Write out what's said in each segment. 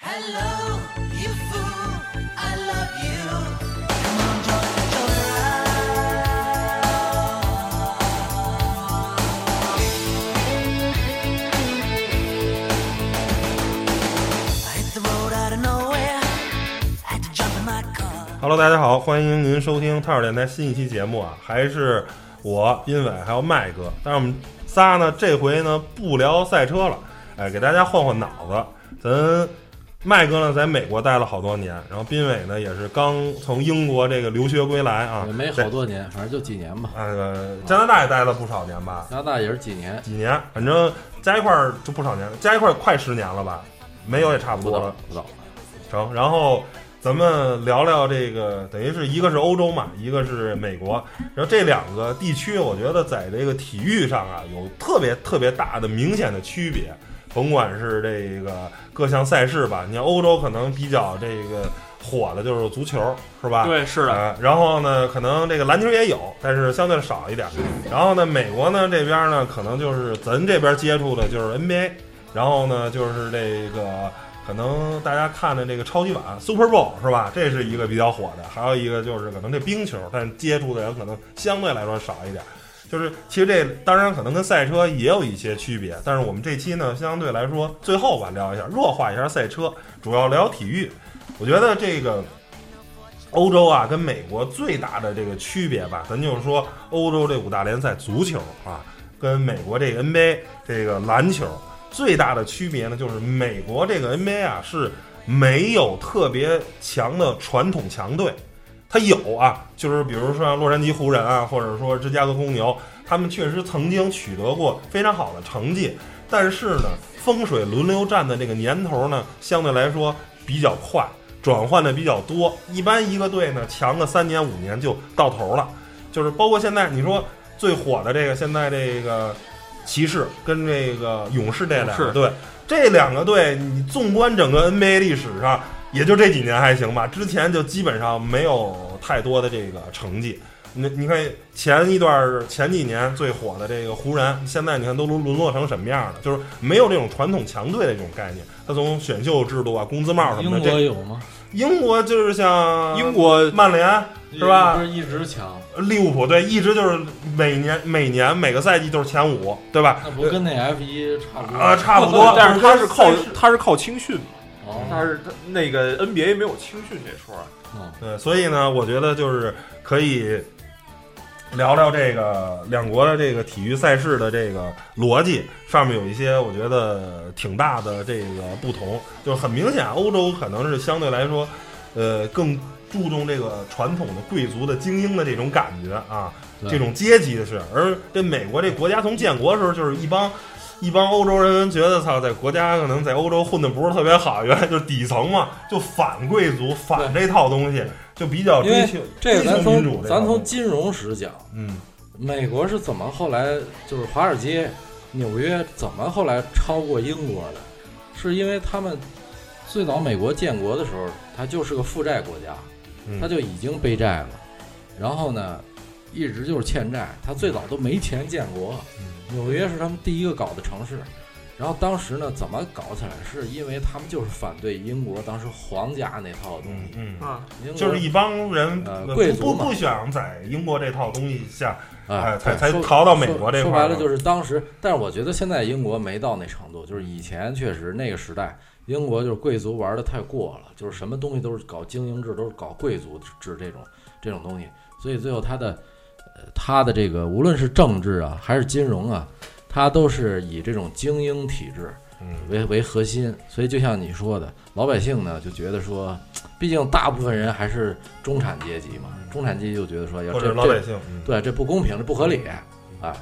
I love you, fool. I love you. Come on, join the joyride. I hit the road out of nowhere. Had to jump in my car. Hello，大家好，欢迎您收听泰尔电台新一期节目啊，还是我殷伟还有麦哥，但是我们仨呢，这回呢不聊赛车了，哎，给大家换换脑子。咱麦哥呢在美国待了好多年，然后斌伟呢也是刚从英国这个留学归来啊也，没好多年，反正就几年吧。在呃加拿大也待了不少年吧，加拿大也是几年，几年，反正加一块儿就不少年，加一块儿快十年了吧，没有也差不不多到了。不到。成，然后咱们聊聊这个，等于是一个是欧洲嘛，一个是美国，然后这两个地区，我觉得在这个体育上啊，有特别特别大的明显的区别。甭管是这个各项赛事吧，你看欧洲可能比较这个火的就是足球，是吧？对，是的，啊，然后呢，可能这个篮球也有，但是相对少一点。然后呢，美国呢这边呢，可能就是咱这边接触的就是 NBA，然后呢就是这个可能大家看的这个超级碗 Super Bowl 是吧？这是一个比较火的，还有一个就是可能这冰球，但是接触的人可能相对来说少一点。就是其实这当然可能跟赛车也有一些区别，但是我们这期呢相对来说最后吧聊一下弱化一下赛车，主要聊体育。我觉得这个欧洲啊跟美国最大的这个区别吧，咱就是说欧洲这五大联赛足球啊，跟美国这个 NBA 这个篮球最大的区别呢，就是美国这个 NBA 啊是没有特别强的传统强队。它有啊，就是比如说洛杉矶湖人啊，或者说芝加哥公牛，他们确实曾经取得过非常好的成绩，但是呢，风水轮流转的这个年头呢，相对来说比较快，转换的比较多。一般一个队呢，强个三年五年就到头了，就是包括现在你说最火的这个，现在这个骑士跟这个勇士这两个勇士队，这两个队，你纵观整个 NBA 历史上，也就这几年还行吧，之前就基本上没有太多的这个成绩。你你看前一段儿前几年最火的这个湖人，现在你看都沦沦落成什么样了？就是没有这种传统强队的这种概念。他从选秀制度啊、工资帽什英么的，国这有吗？英国就是像英国曼联是吧不？是一直强，利物浦队一直就是每年每年每个赛季都是前五，对吧？那不跟那 F 一差不多啊，差不多。 但是他是靠但是他是靠青训嘛，哦但是他那个 NBA 没有青训这说啊。对，所以呢，我觉得就是可以聊聊这个两国的这个体育赛事的这个逻辑上面有一些我觉得挺大的这个不同，就是很明显，欧洲可能是相对来说，呃，更注重这个传统的贵族的精英的这种感觉啊，对这种阶级的事，而这美国这国家从建国的时候就是一帮。一帮欧洲人觉得操，在国家可能在欧洲混的不是特别好，原来就是底层嘛，就反贵族，反这套东西，就比较因为追求这追个求咱民主从这套咱东西从金融史讲，嗯美国是怎么后来就是华尔街、纽约怎么后来超过英国的，是因为他们最早美国建国的时候，它就是个负债国家，嗯它就已经背债了，然后呢，一直就是欠债，它最早都没钱建国。嗯纽约是他们第一个搞的城市，然后当时呢怎么搞起来，是因为他们就是反对英国当时皇家那套东西，嗯嗯，啊，英国就是一帮人呃不贵不族嘛不想在英国这套东西下，哎哎才对才说逃到美国这块说说儿白了了就是当时，但是我觉得现在英国没到那程度，就是以前确实那个时代，英国就是贵族玩的太过了，就是什么东西都是搞精英制，都是搞贵族制这种这种东西，所以最后他的呃他的这个无论是政治啊还是金融啊，他都是以这种精英体制。嗯为为核心，所以就像你说的，老百姓呢就觉得说，毕竟大部分人还是中产阶级嘛，中产阶级就觉得说，要或这者老百嗯这姓，嗯对这不公平，这不合理，哎，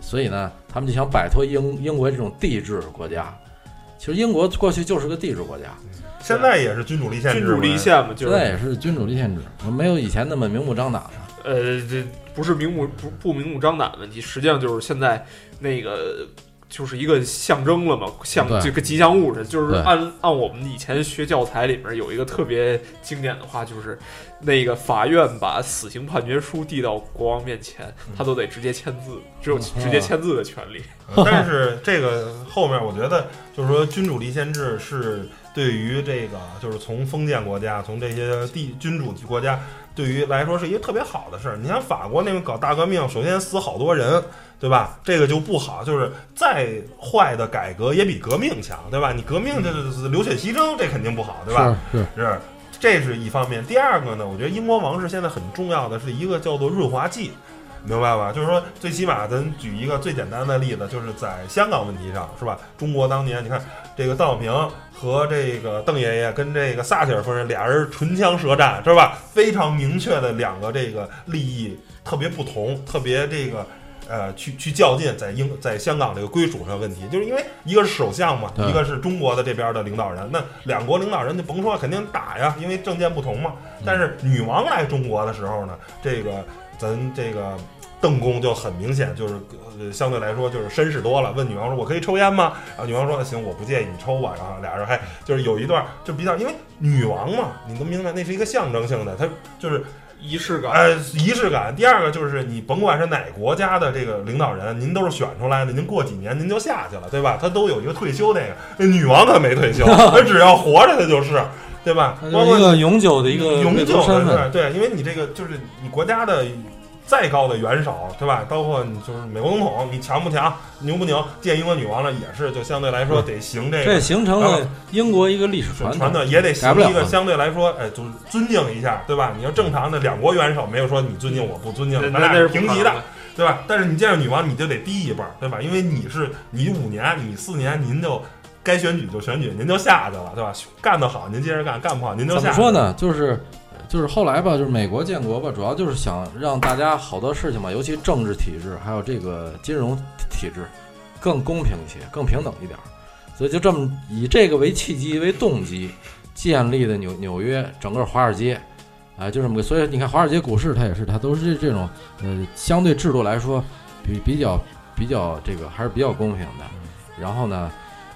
所以呢，他们就想摆脱英英国这种帝制国家。其实英国过去就是个帝制国家，现在也是君主立宪制君主立嘛，宪嘛，就现是在也是君主立宪制，没有以前那么明目张胆了。呃，这不是明目不不明目张胆的问题，实际上就是现在那个就是一个象征了嘛，象对这个吉祥物似的，就是对按按我们以前学教材里面有一个特别经典的话，就是那个法院把死刑判决书递到国王面前，他都得直接签字，只有嗯直接签呃字的权利。但是这个后面我觉得就是说君主立宪制是对于这个就是从封建国家，从这些地君主国家，对于来说是一个特别好的事儿。你像法国那个搞大革命，首先死好多人，对吧？这个就不好，就是再坏的改革也比革命强，对吧？你革命就是流血牺牲，这肯定不好，对吧？嗯是是，是，这是一方面。第二个呢，我觉得英国王室现在很重要的是一个叫做润滑剂，明白吧？就是说，最起码咱举一个最简单的例子，就是在香港问题上，是吧？中国当年你看这个邓小平和这个邓爷爷跟这个撒切尔夫人俩人唇枪舌战，是吧？非常明确的两个这个利益特别不同，特别这个。呃，去去较劲，在英在香港这个归属上问题，就是因为一个是首相嘛，对一个是中国的这边的领导人，那两国领导人就甭说，肯定打呀，因为政见不同嘛。但是女王来中国的时候呢，这个咱这个邓公就很明显就是、呃、相对来说就是绅士多了，问女王说：“我可以抽烟吗？”然后女王说：“行，我不介意，你抽吧。”然后俩人还就是有一段就比较，因为女王嘛，你能明白那是一个象征性的，她就是仪式感。呃，仪式感。第二个就是你甭管是哪国家的这个领导人，您都是选出来的，您过几年您就下去了，对吧？他都有一个退休那个，那女王她没退休，她只要活着她就是，对吧？它包就是括一个永久的一个永贵久族的身份，是对，因为你这个就是你国家的再高的元首，对吧？包括你就是美国总统，你强不强，牛不牛？见英国女王了也是，就相对来说得行这这个。形成然了英国一个历史是传啊传统。统也得行改不了一个嘛相对来说，哎，就是尊敬一下，对吧？你要正常的两国元首没有说你尊敬我不尊敬，呃那咱俩那那是是不平可级能的，对吧？但是你见着女王，你就得低一辈儿，对吧？因为你是你五年，你四年，您就该选举就选举，您就下去了，对吧？干得好您接着干，干不好您就怎下么去。说？呢？就是就是后来吧，就是美国建国吧，主要就是想让大家好多事情嘛，尤其政治体制还有这个金融体制更公平一些，更平等一点儿。所以就这么以这个为契机为动机建立的纽纽约整个华尔街。啊，就这么个，所以你看华尔街股市，它也是，它都是这这种，呃，相对制度来说，比比较比较这个还是比较公平的。然后呢，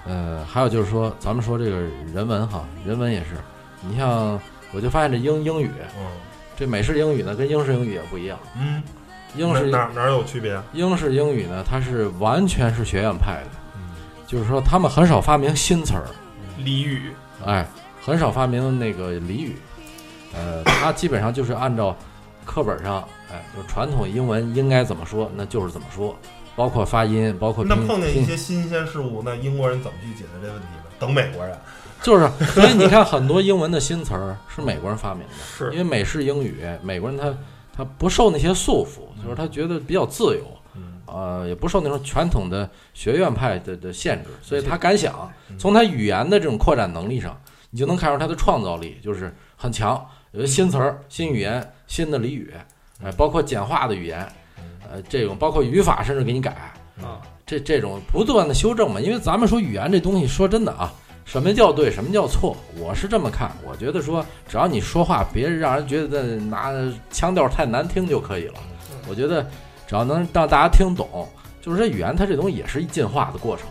呃，还有就是说，咱们说这个人文哈，人文也是，你像我就发现这英英语，嗯这美式英语呢跟英式英语也不一样，嗯，英式哪哪哪有区别？英式英语呢，它是完全是学院派的，嗯就是说他们很少发明新词儿，俚语，哎，很少发明那个俚语，呃，它基本上就是按照课本上，哎，就是传统英文应该怎么说，那就是怎么说，包括发音，包括那拼碰见一拼些新鲜事物，那英国人怎么去解决这问题呢？等美国人。就是，所以你看，很多英文的新词儿是美国人发明的，是因为美式英语，美国人他他不受那些束缚，就是他觉得比较自由，嗯呃，也不受那种传统的学院派的的限制，所以他敢想。从他语言的这种扩展能力上，你就能看出他的创造力就是很强，有些新词儿、新语言、新的俚语，哎、包括简化的语言，呃，这种包括语法，甚至给你改，啊，这这种不断的修正嘛，因为咱们说语言这东西，说真的啊，什么叫对，什么叫错，我是这么看。我觉得说，只要你说话别让人觉得拿腔调太难听就可以了。我觉得只要能让大家听懂，就是这语言它这东西也是一进化的过程，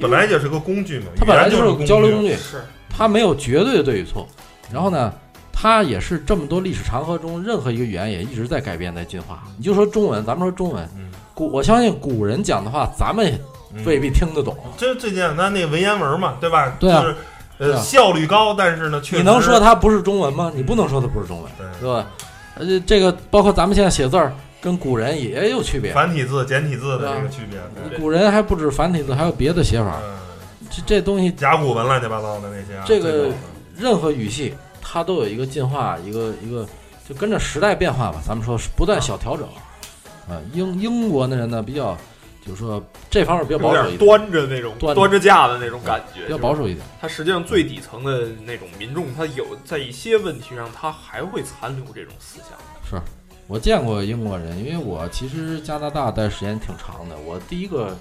本来也是个工具嘛，它本来语言是是交流工工具。啊具，是它没有绝对的对与错。然后呢，它也是这么多历史长河中，任何一个语言也一直在改变、在进化。你就说中文，咱们说中文嗯，古我相信古人讲的话，咱们也未必听得懂。嗯嗯这最简单那文言文嘛，对吧？对啊就是对呃，啊效率高，但是呢，确实你能说它不是中文吗？你不能说它不是中文，对对吧？而且这个包括咱们现在写字儿跟古人也有区别，繁体字、简体字啊的这个区别，对古人还不止繁体字，还有别的写法。嗯，这这东西，甲骨文乱七八糟的那些啊，这个种任何语系它都有一个进化，一个一个就跟着时代变化吧。咱们说是不断小调整。啊，英英国的人呢比较，就是说这方面比较有保守点一点，端着那种端着端着架的那种感觉，比较就是保守一点。它实际上最底层的那种民众，他有在一些问题上，他还会残留这种思想。我见过英国人，因为我其实加拿大待时间挺长的。我第一个，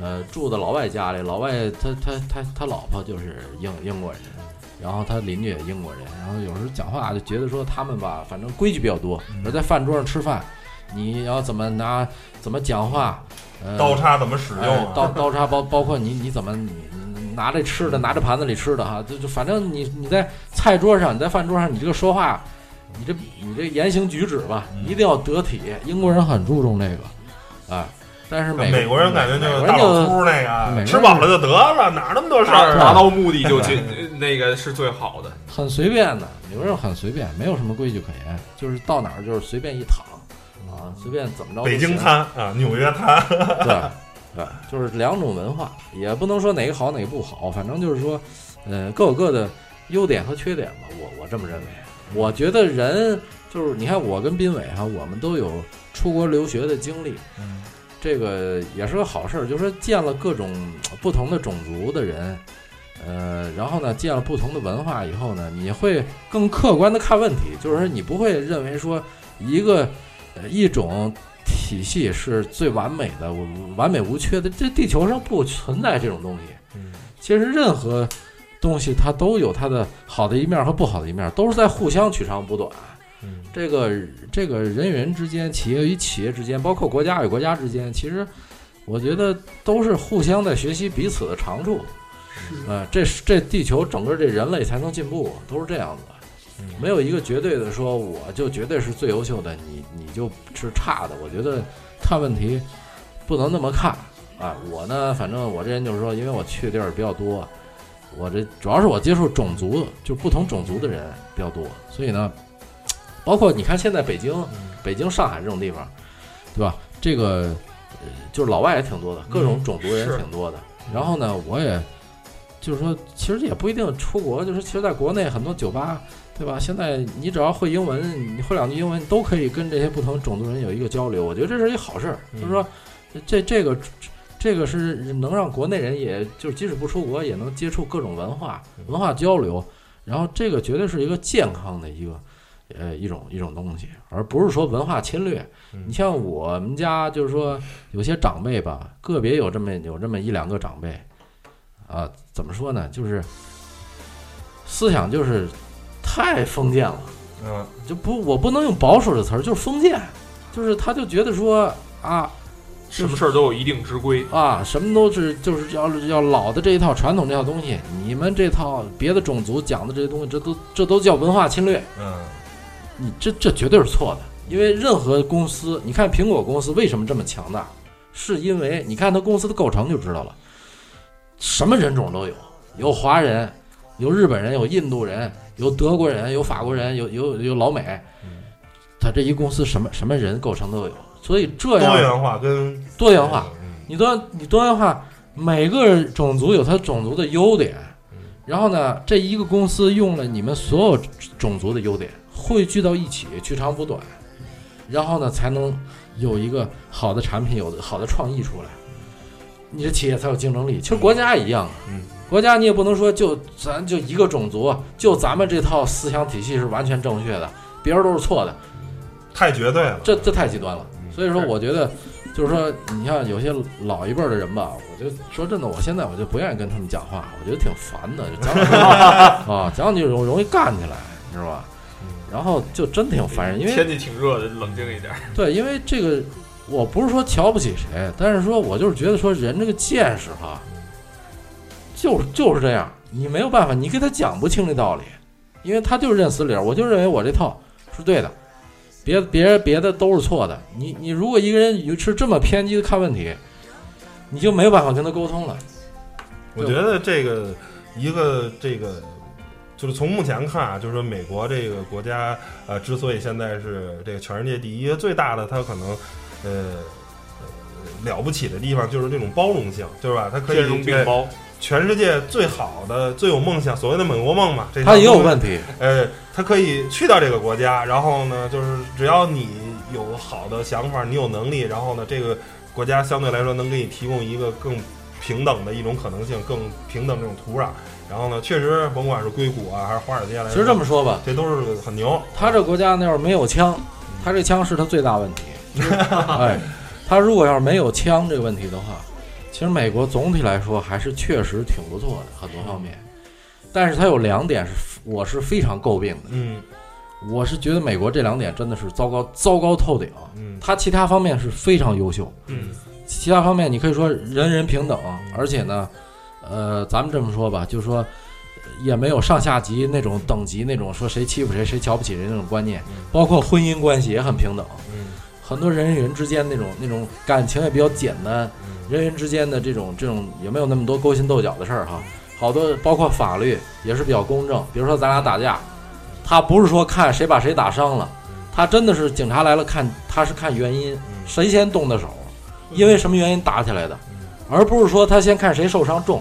呃，住的老外家里，老外他他他他老婆就是英英国人，然后他邻居也英国人，然后有时候讲话就觉得说他们吧，反正规矩比较多。而在饭桌上吃饭，你要怎么拿，怎么讲话，呃，刀叉怎么使用哎啊？刀刀叉包包括你你怎么你你拿着吃的拿着盘子里吃的哈，就就反正你你在菜桌上你在饭桌上你这个说话，你这你这言行举止吧，嗯一定要得体。英国人很注重这个，啊，但是美美国人感觉美就是国大人老就粗那美国个，人吃饱了就得了，哪那么多事达儿啊？达到目的就进， 那个是最好的。很随便的，牛肉很随便，没有什么规矩可言，就是到哪儿就是随便一躺啊，随便怎么着都北行。京滩啊，纽约滩，对对，就是两种文化，也不能说哪个好哪个不好，反正就是说，呃，各有各的优点和缺点吧。我我这么认为，我觉得人就是你看我跟斌伟哈、我们都有出国留学的经历，这个也是个好事儿，就是说见了各种呃不同的种族的人，呃，然后呢，见了不同的文化以后呢，你会更客观的看问题，就是说你不会认为说一个呃一种体系是最完美的、我完美无缺的，这地球上不存在这种东西。嗯其实任何东西它都有它的好的一面和不好的一面，都是在互相取长补短。嗯这个这个人与人之间、企业与企业之间，包括国家与国家之间，其实我觉得都是互相在学习彼此的长处。呃，这是这地球整个这人类才能进步，啊都是这样子的。嗯没有一个绝对的说我就绝对是最优秀的，你你就是差的。我觉得看问题不能那么看啊。我呢，反正我这人就是说，因为我去的地儿比较多，我这主要是我接触种族就不同种族的人比较多，所以呢，包括你看现在北京、北京、上海这种地方，对吧？这个呃，就是老外也挺多的，各种种族人是挺多的。然后呢，我也就是说，其实也不一定出国，就是其实在国内很多酒吧，对吧？现在你只要会英文，你会两句英文，你都可以跟这些不同种族人有一个交流。我觉得这是一好事儿，嗯就是说，这这个这个是能让国内人也，就是即使不出国，也能接触各种文化、嗯文化交流。然后这个绝对是一个健康的一个呃一种一种东西，而不是说文化侵略。嗯你像我们家就是说有些长辈吧，个别有这么有这么一两个长辈，啊，怎么说呢？就是思想就是太封建了，嗯就不我不能用保守这词儿，就是封建，就是他就觉得说啊，什么事儿都有一定 之规，啊，什么都是就是要要老的这一套传统这套东西，你们这套别的种族讲的这些东西，这都这都叫文化侵略，嗯你这这绝对是错的。因为任何公司，你看苹果公司为什么这么强大，是因为你看它公司的构成就知道了，什么人种都有，有华人，有日本人，有印度人，有德国人，有法国人，有有有老美，它这一公司什么什么人构成都有，所以这多样元化跟多元化，嗯你多你多样化，每个种族有它种族的优点，然后呢，这一个公司用了你们所有种族的优点，汇聚到一起，取长补短，然后呢，才能有一个好的产品，有的好的创意出来，你的企业才有竞争力。其实国家一样，啊嗯，国家你也不能说就咱就一个种族，就咱们这套思想体系是完全正确的，别人都是错的。太绝对了，这这太极端了。嗯所以说，是我觉得就是说，你像有些老一辈儿的人吧，我就说真的，我现在我就不愿意跟他们讲话，我觉得挺烦的，就讲两句 啊，讲两句容容易干起来，你知道吧？然后就真挺烦人，因为天气挺热的，冷静一点。对，因为这个我不是说瞧不起谁，但是说我就是觉得说人这个见识哈，就是就是这样，你没有办法，你给他讲不清这道理，因为他就是认死理儿，我就认为我这套是对的，别别别的都是错的。你你如果一个人有是这么偏激的看问题，你就没有办法跟他沟通了。我觉得这个一个这个，就是从目前看啊，就是说美国这个国家呃，之所以现在是这个全世界第一，最大的它可能呃呃了不起的地方就是这种包容性，对吧？它可兼容以并对包，全世界最好的、最有梦想，所谓的美国梦嘛，这他也有问。问题，呃，他可以去到这个国家，然后呢，就是只要你有好的想法，你有能力，然后呢，这个国家相对来说能给你提供一个更平等的一种可能性，更平等这种土壤。然后呢，确实甭管是硅谷啊，还是华尔街来说，其实这么说吧，这都是很牛。他这国家那要是没有枪，他这枪是他最大问题。哎，他如果要是没有枪这个问题的话，其实美国总体来说还是确实挺不错的，很多方面。但是它有两点是我是非常诟病的，嗯我是觉得美国这两点真的是糟糕糟糕透顶。嗯它其他方面是非常优秀，嗯，其他方面你可以说人人平等，而且呢，呃，咱们这么说吧，就是说也没有上下级那种等级那种说谁欺负谁谁瞧不起谁那种观念嗯，包括婚姻关系也很平等，嗯很多人与人之间那种那种感情也比较简单，嗯人与人之间的这种这种也没有那么多勾心斗角的事儿哈。好多包括法律也是比较公正。比如说咱俩打架，他不是说看谁把谁打伤了，他真的是警察来了看，他是看原因，谁先动的手，因为什么原因打起来的，而不是说他先看谁受伤重，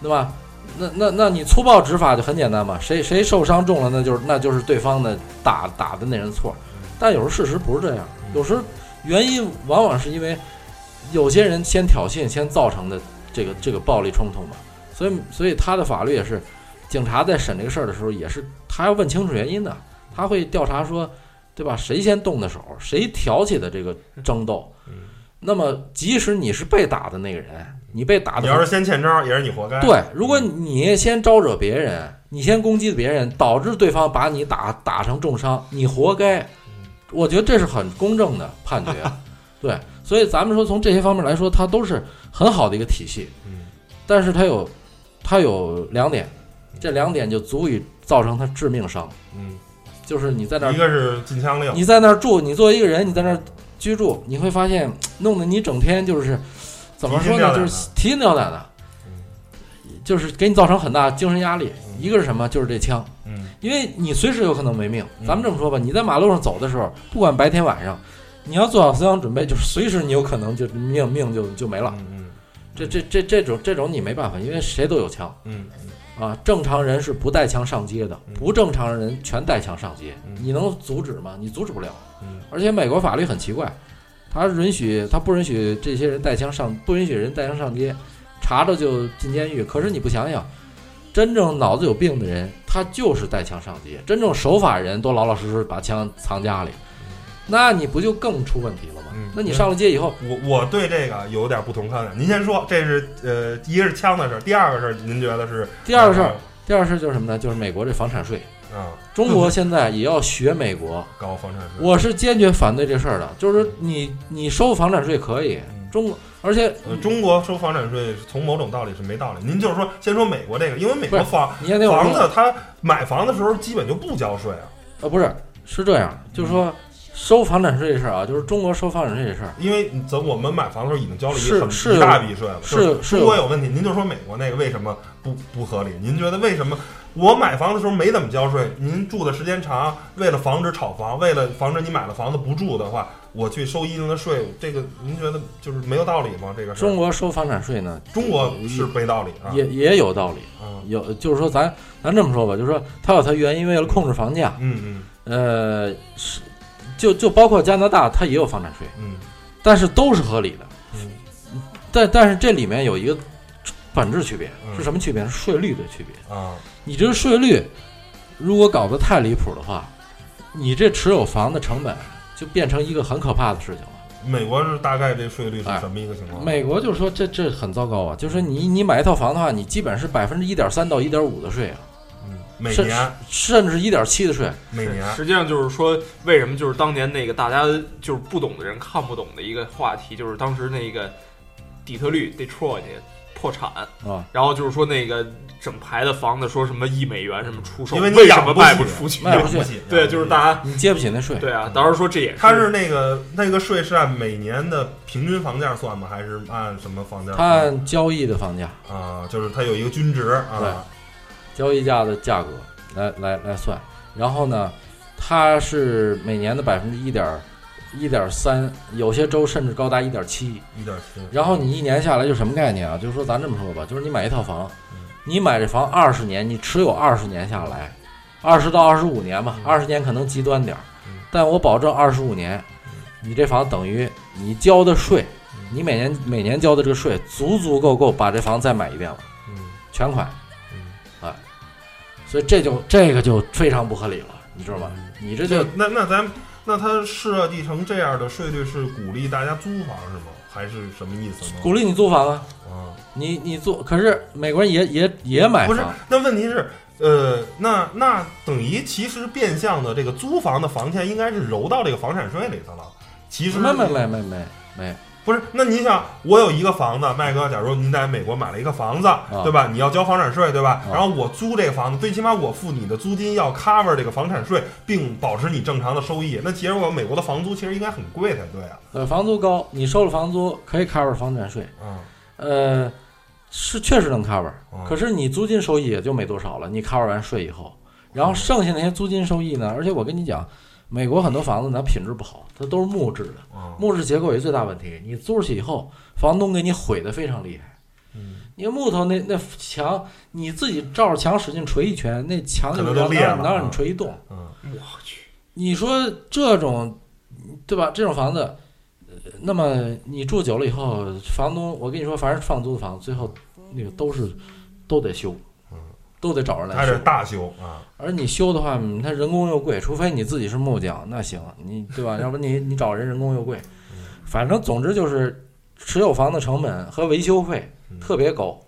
对吧？那那那你粗暴执法就很简单嘛，谁谁受伤重了，那就是那就是对方的打打的那人错。但有时候事实不是这样，有时候原因往往是因为有些人先挑衅，先造成的这个这个暴力冲突嘛。所以所以他的法律也是，警察在审这个事儿的时候也是，他要问清楚原因的，他会调查说，对吧？谁先动的手，谁挑起的这个争斗。嗯那么即使你是被打的那个人，你被打的你要是先欠招，也是你活该。对，如果你先招惹别人，你先攻击别人，导致对方把你打打成重伤，你活该。我觉得这是很公正的判决， 对，所以咱们说从这些方面来说，它都是很好的一个体系。嗯，但是它有它有两点，这两点就足以造成他致命伤，嗯，就是你在那儿一个是禁枪令，你在那儿住，你作为一个人，你在那儿居住，你会发现弄得你整天就是怎么说提心吊呢，胆就的是提心吊胆的，嗯就是给你造成很大精神压力。一个是什么？就是这枪，嗯，因为你随时有可能没命。嗯咱们这么说吧，你在马路上走的时候，不管白天晚上，你要做好思想准备，就是随时你有可能就命命就就没了。嗯嗯这这这这种这种你没办法，因为谁都有枪嗯嗯啊。正常人是不带枪上街的，不正常人全带枪上街嗯，你能阻止吗？你阻止不了。嗯而且美国法律很奇怪，他允许他不允许这些人带枪上，不允许人带枪上街，查着就进监狱。可是你不想想，真正脑子有病的人，他就是带枪上街；真正守法人都老老实实把枪藏家里，那你不就更出问题了吗？嗯那你上了街以后，我我对这个有点不同看法。您先说，这是呃，一个是枪的事儿，第二个事儿，您觉得是？第二个事嗯儿，第二个事儿就是什么呢？就是美国这房产税，啊，中 国现在也要学美国。搞房产税，我是坚决反对这事儿的，就是你你收房产税可以，嗯中国而且呃，中国收房产税从某种道理是没道理。您就是说，先说美国这个，因为美国不是房你也得有房说子，他买房的时候基本就不交税啊，呃，不是，是这样，就是说收房产税这事儿啊，就是中国收房产税这事儿，因为咱我们买房的时候已经交了一是很是一大笔税了。是就是中国有问题，您就说美国那个为什么不不合理？您觉得为什么我买房的时候没怎么交税？您住的时间长，为了防止炒房，为了防止你买了房子不住的话，我去收一定的税，这个您觉得就是没有道理吗？这个事儿中国收房产税呢，中国是没道理啊。也也有道理，嗯有就是说咱咱这么说吧，就是说它有它原因，为了控制房价，嗯呃，是就就包括加拿大，它也有房产税，嗯但是都是合理的，嗯但但是这里面有一个本质区别嗯是什么区别？是税率的区别。嗯啊你这个税率如果搞得太离谱的话，你这持有房的成本就变成一个很可怕的事情了。美国是大概这税率是什么一个情况？美国就是说这这很糟糕啊，就是说你你买一套房的话，你基本是百分之一点三到一点五的税啊，嗯每甚年甚至一点七的税。每年实际上就是说，为什么就是当年那个大家就是不懂的人看不懂的一个话题，就是当时那个底特律 Detroit 破产啊，然后就是说那个整排的房子说什么一美元什么出售，嗯因为你为什养么不卖起不出去？卖不养出去起嗯对，就是大家你接不起那税。对啊，当时说这也是它是那个那个税是按每年的平均房价算吗？还是按什么房价它算？按交易的房价、啊，就是它有一个均值啊。交易价的价格来来来算，然后呢，它是每年的百分之一点一点三，有些州甚至高达一点七。一点七。然后你一年下来就什么概念啊？就是说咱这么说吧，就是你买一套房嗯，你买这房二十年，你持有二十年下来，二十到二十五年吧，二十年可能极端点儿嗯，但我保证二十五年，你这房等于你交的税，嗯你每年每年交的这个税，足足够够把这房再买一遍了，嗯全款，嗯，哎，所以这就这个就非常不合理了，你知道吗？嗯你这就就那那咱那它设计成这样的税率是鼓励大家租房是吗？还是什么意思呢？鼓励你租房啊，啊，你你租，可是美国人也也也买不是房，。那问题是，呃，那那等于其实变相的这个租房的房钱应该是揉到这个房产税里头了。其实没没没没没没，不是，那你想，我有一个房子，麦哥，假如您在美国买了一个房子，对吧？你要交房产税，对吧？啊然后我租这个房子，最起码我付你的租金要 cover 这个房产税，并保持你正常的收益。那其实我美国的房租其实应该很贵才对啊。呃，房租高，你收了房租可以 cover 房产税，嗯呃，是确实能 cover，嗯可是你租金收益也就没多少了。你 cover 完税以后，然后嗯剩下那些租金收益呢？而且我跟你讲，美国很多房子它品质不好，它都是木质的，嗯木质结构也是最大问题。你租出去以后，房东给你毁得非常厉害。嗯，你木头那那墙，你自己照着墙使劲锤一拳，那墙可就能能都让裂了能让啊你锤一洞。嗯我去，你说这种，对吧？这种房子，呃那么你住久了以后，房东，我跟你说，凡是放租的房子，最后那个都是都得修，嗯，都得找人他来是修。大修啊，而你修的话，嗯它人工又贵，除非你自己是木匠，那行，你对 吧？要不你你找人人工又贵，嗯反正总之就是持有房的成本和维修费嗯特别高，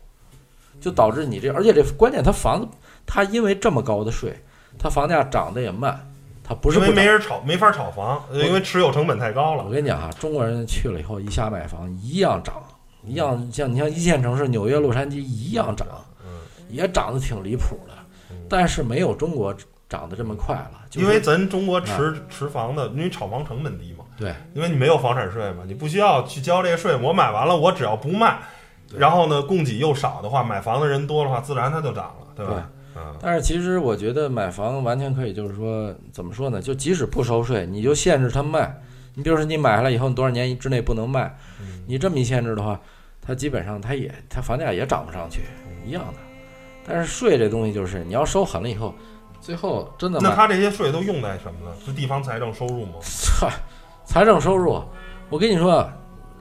就导致你这，而且这关键它房子，它因为这么高的税，它房价涨得也慢，它不是因不为涨没人炒，没法炒房，呃因为持有成本太高我了。跟你讲啊，中国人去了以后，一下买房一样涨，一样像你像一线城市纽约、洛杉矶一样涨，嗯，也涨得挺离谱的嗯，但是没有中国涨得这么快了，就是、因为咱中国持持房的，因为炒房成本低嘛，对因为你没有房产税嘛，你不需要去交这个税。我买完了，我只要不卖，然后呢，供给又少的话，买房的人多的话，自然它就涨了，对对吧？嗯但是其实我觉得买房完全可以，就是说怎么说呢？就即使不收税，你就限制它卖。你比如说你买下来以后，你多少年之内不能卖，嗯你这么一限制的话，它基本上它也它房价也涨不上去，一样的。但是税这东西就是你要收狠了以后，最后真的那买他这些税都用在什么呢？是地方财政收入吗？操，财政收入，我跟你说，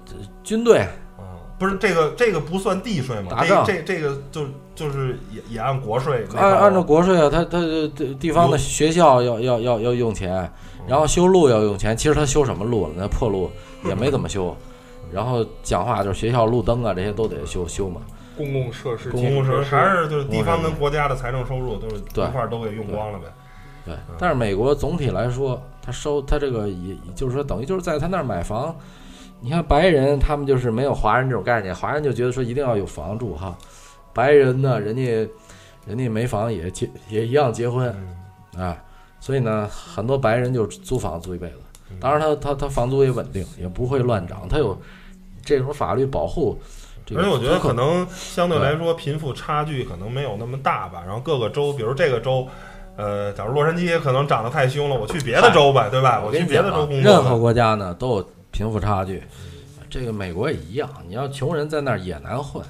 这军队嗯，不是这个，这个不算地税嘛？打这个仗这这个就就是也也按国税那按套按照国税啊，它它它地方的学校要要要要用钱，然后修路要用钱。其实他修什么路了？那破路也没怎么修。然后讲话就是学校路灯啊，这些都得修修嘛。公共设施、公共设设施施啊还是就是地公方共跟设施国家的财政收入都是对一块儿都给用光了呗。对，嗯但是美国总体来说，他收他这个也就是说等于就是在他那儿买房。你看白人他们就是没有华人这种概念，华人就觉得说一定要有房住哈。白人呢，人家人家没房也结也一样结婚，嗯啊，所以呢，很多白人就租房租一辈子嗯。当然他，他他房租也稳定，也不会乱涨，他有这种法律保护。这个而且我觉得租客可能相对嗯来说贫富差距可能没有那么大吧。然后各个州，比如这个州，呃，假如洛杉矶可能涨得太凶了，我去别的州吧，对吧？我我跟去你别讲的啊州，工任何作吧。国家呢都有贫富差距，这个美国也一样。你要穷人在那儿也难混，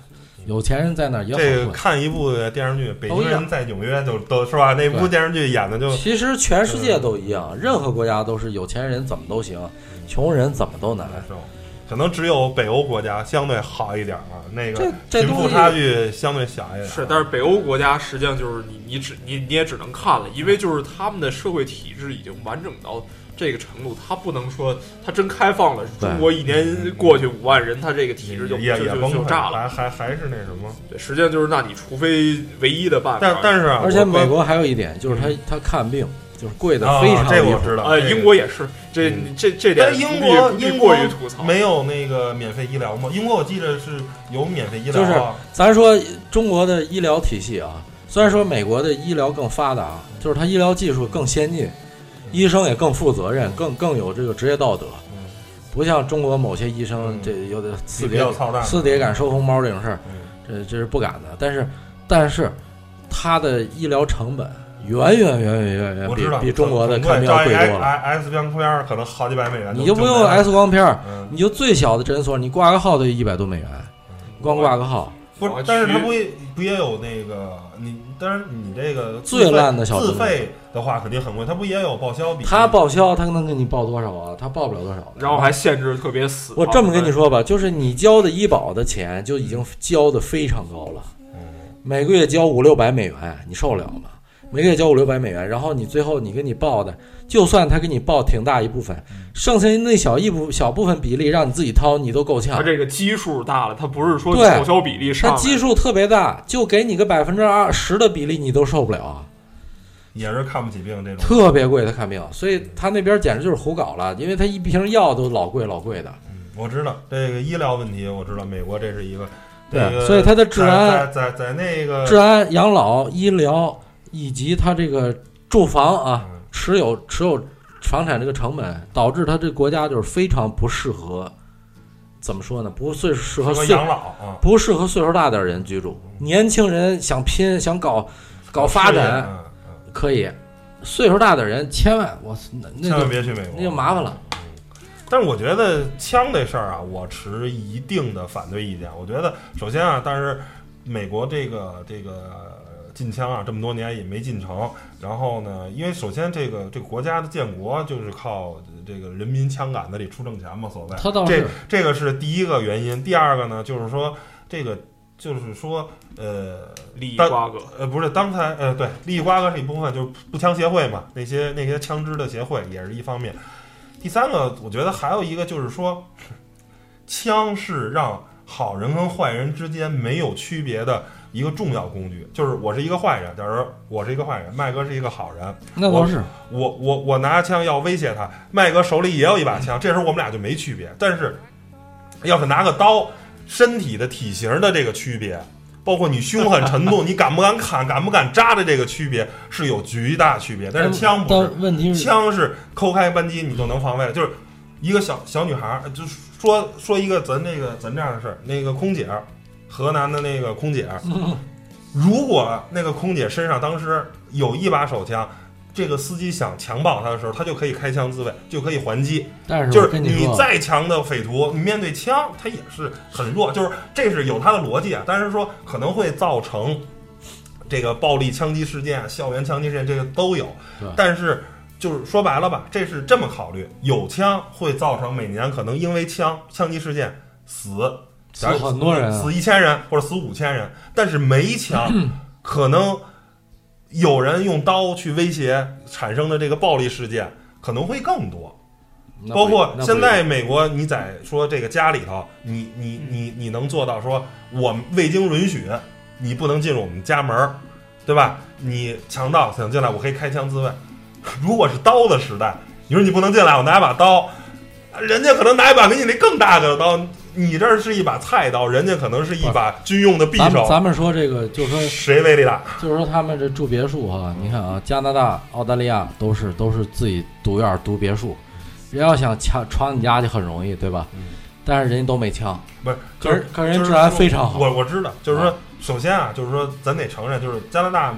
有钱人在那儿也好这个混。看一部电视剧《北都京一人样在纽约》就都是吧？那部对电视剧演的就其实全世界都一样，任何国家都是有钱人怎么都行，穷人怎么都难。难受。哎可能只有北欧国家相对好一点啊，那个这这贫东富西差距相对小一点。啊是，呃但是北欧国家实际上就是你你只你你也只能看了，因为就是他们的社会体制已经完整到这个程度，他不能说他真开放了，对中国一年过去五万人，他这个体制就嗯也就也就崩就溃炸了。还还还是那什么。对，实际上就是那你除非唯一的办法，但但是啊，而且我关美国还有一点就是他他看病就是贵的啊，非常这离我谱。知道。呃，这个英国也是，这嗯这这点但哎英不必国不必英国过于吐槽，没有那个免费医疗吗？英国我记得是有免费医疗啊，咱说中国的医疗体系啊，虽然说美国的医疗更发达，就是它医疗技术更先嗯进，医生也更负责任，更更有这个职业道德嗯，不像中国某些医生嗯这有点四比叠较操蛋。四叠敢收红包这种事儿，嗯，这这是不敢的。但是但是它的医疗成本远远远远远远我比知道，哎比中国的很贵看病要贵照一多 X- 了。 X 光片儿可能好几百美元，你就不用来。 X 光片儿，嗯，你就最小的诊所，你挂个号都一百多美元，光挂个号。不我是去，但是它不也不也有那个你，但是你这个自最费烂的小自诊所费的话肯定很贵，它不也有报销比？他报销，他能给你报多少啊？他报不了多少。然后还限制特别死。啊我这么跟你，说吧，就是你交的医保的钱就已经交的非常高了，嗯，每个月交五六百美元，你受得了吗？每个月交五六百美元，然后你最后你给你报的，就算他给你报挺大一部分，嗯剩下那小一部小部分比例让你自己掏，你都够它呛。这个基数大了，它不是说啊对报销比例上他来，基数特别大，就给你个百分之二十的比例，你都受不了啊，也是看不起病这种。特别贵。他看病，所以他那边简直就是胡搞了，因为他一瓶药都老贵老贵的。嗯我知道这个医疗问题，我知道美国这是一个，对这个呃所以它的治安在在在在那个治安、养老、医疗以及他这个住房啊，嗯持有持有房产这个成本，导致他这国家就是非常不适合怎么说呢？不最适合说岁养老啊，不适合岁数大点儿人居住，年轻人想拼想搞搞发事业展，嗯嗯可以，岁数大的人千万我操那那千万就别去美国，那就麻烦了。但是我觉得枪这事儿啊，我持一定的反对意见。我觉得首先啊，但是美国这个这个禁枪啊，这么多年也没进城。然后呢，因为首先这个这个国家的建国就是靠这个人民枪杆子里出政钱嘛，所谓。他倒这是这个是第一个原因。第二个呢，就是说这个就是说呃利益但瓜葛，呃，不是，刚才呃，对，利益瓜葛是一部分，啊就是步枪协会嘛，那些那些枪支的协会也是一方面。第三个，我觉得还有一个就是说，枪是让好人跟坏人之间没有区别的一个重要工具。就是我是一个坏人，假如我是一个坏人，麦哥是一个好人，那我倒是我我我拿枪要威胁他，麦哥手里也有一把枪，这时候我们俩就没区别。但是，要是拿个刀，身体的体型的这个区别，包括你凶狠程度，你敢不敢砍，敢不敢扎的这个区别是有巨大区别。但是枪不但问题是，是枪是抠开扳机你就能防卫了，就是一个小小女孩儿，就是说说一个咱那个咱这样的事儿，那个空姐儿，河南的那个空姐儿， 如果那个空姐身上当时有一把手枪，这个司机想强暴她的时候，她就可以开枪自卫，就可以还击。但是就我是跟你你说，啊再强的匪徒，你面对枪，他也是很弱。就是这是有他的逻辑啊，但是说可能会造成这个暴力枪击事件啊、校园枪击事件，这个都有对。但是就是说白了吧，这是这么考虑：有枪会造成每年可能因为枪枪击事件死死很多人啊死一千人或者死五千人，但是没 枪，可能有人用刀去威胁产生的这个暴力事件可能会更多。那不包括那不现在美国，你在说这个家里头，你你嗯你你能做到说，我们未经允许，你不能进入我们家门儿，对吧？你强盗想进来，我可以开枪自卫。 如果是刀的时代，你说你不能进来，我拿一把刀，人家可能拿一把比你那更大的刀，你这儿是一把菜刀，人家可能是一把军用的匕咱们首，咱们说这个，就说谁威力大？就是说他们这住别墅哈，你看啊，加拿大、澳大利亚都是都是自己独院儿独别墅，人要想抢闯你家去很容易，对吧？但是人家都没枪，嗯不是，可就是可是人治安非常好我我知道，就是说，首先啊，就是说，咱得承认，就是加拿大，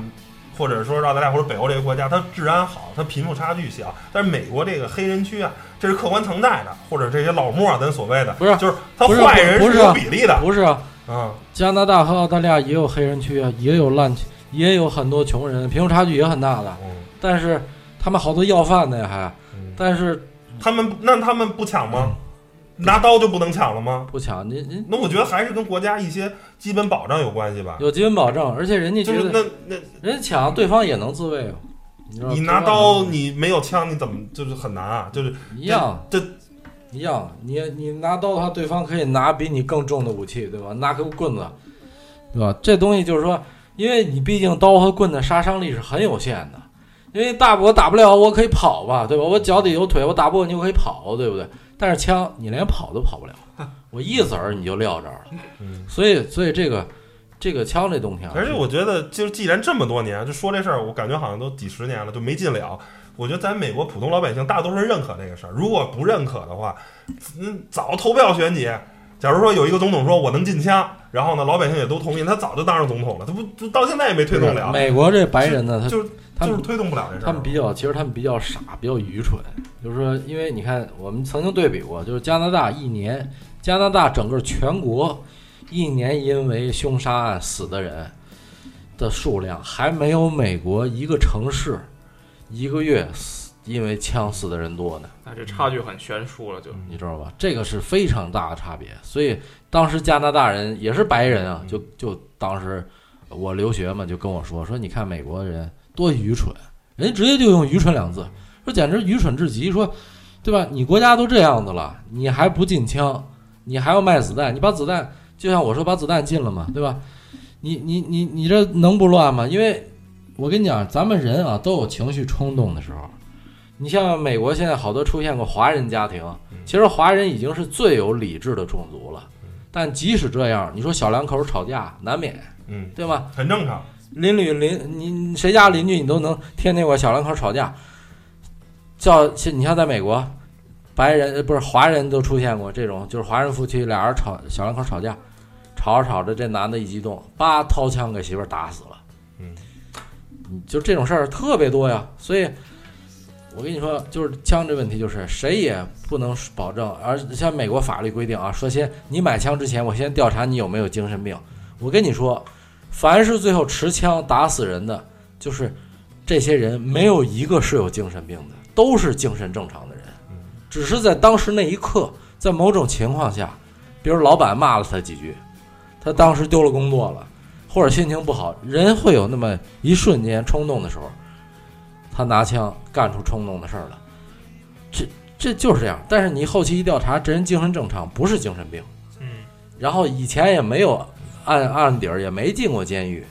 或者说是澳大利亚或者北欧这些国家，它治安好，它贫富差距小。但是美国这个黑人区啊，这是客观存在的，或者这些老墨啊，咱所谓的，不是就是他不是坏人不是有比例的，不是啊？嗯，加拿大和澳大利亚也有黑人区啊，也有烂，也有很多穷人，贫富差距也很大的。但是他们好多要饭的呀，还，嗯但是他们那他们不抢吗？拿刀就不能抢了吗？不抢，您您那我觉得还是跟国家一些基本保障有关系吧。有基本保障，而且人家就觉是得那那，人家抢对方也能自卫啊，你知道你多拿万刀，人你没有枪，你怎么就是很难啊？就是一样。这一样，你你拿刀的话，对方可以拿比你更重的武器，对吧？拿根棍子，对吧？这东西就是说，因为你毕竟刀和棍的杀伤力是很有限的，因为大我打不了，我可以跑吧，对吧？我脚底有腿，我打不过你，我可以跑，对不对？但是枪，你连跑都跑不了，我一子儿你就撂这儿了。嗯所以，所以这个这个枪这东西啊，而且我觉得，就是既然这么多年就说这事儿，我感觉好像都几十年了，就没进了。我觉得咱美国普通老百姓大多数人认可这个事儿，如果不认可的话，嗯，早投票选举。假如说有一个总统说我能禁枪，然后呢，老百姓也都同意，他早就当上总统了，他不就到现在也没推动了，美国这白人呢，他就是啊他就们是推动不了这事儿。他们比较，其实他们比较傻，比较愚蠢。就是说，因为你看，我们曾经对比过，就是加拿大一年，加拿大整个全国一年因为凶杀案死的人的数量，还没有美国一个城市一个月死因为枪死的人多呢，那这差距很悬殊了，就嗯你知道吧？这个是非常大的差别。所以当时加拿大人也是白人啊，就就当时我留学嘛，就跟我说说，你看美国人多愚蠢，人家直接就用愚蠢两字，说简直愚蠢至极，说对吧？你国家都这样子了，你还不禁枪，你还要卖子弹，你把子弹就像我说把子弹禁了嘛，对吧？你你你你这能不乱吗？因为我跟你讲，咱们人啊都有情绪冲动的时候。你像美国现在好多出现过华人家庭，其实华人已经是最有理智的种族了，但即使这样，你说小两口吵架难免，嗯，对吗？很正常。邻里邻你你谁家邻居你都能天天管小两口吵架，叫你像在美国，白人呃不是华人都出现过这种，就是华人夫妻俩人吵小两口吵架，吵着吵着这男的一激动，叭掏枪给媳妇儿打死了。嗯嗯，就这种事儿特别多呀，所以。我跟你说，就是枪这问题，就是谁也不能保证。而像美国法律规定啊，说先你买枪之前，我先调查你有没有精神病。我跟你说，凡是最后持枪打死人的，就是这些人没有一个是有精神病的，都是精神正常的人嗯，只是在当时那一刻，在某种情况下，比如老板骂了他几句，他当时丢了工作了，或者心情不好，人会有那么一瞬间冲动的时候，他拿枪干出冲动的事儿了，这这就是这样。但是你后期一调查，这人精神正常，不是精神病。嗯，然后以前也没有案案底儿，也没进过监狱，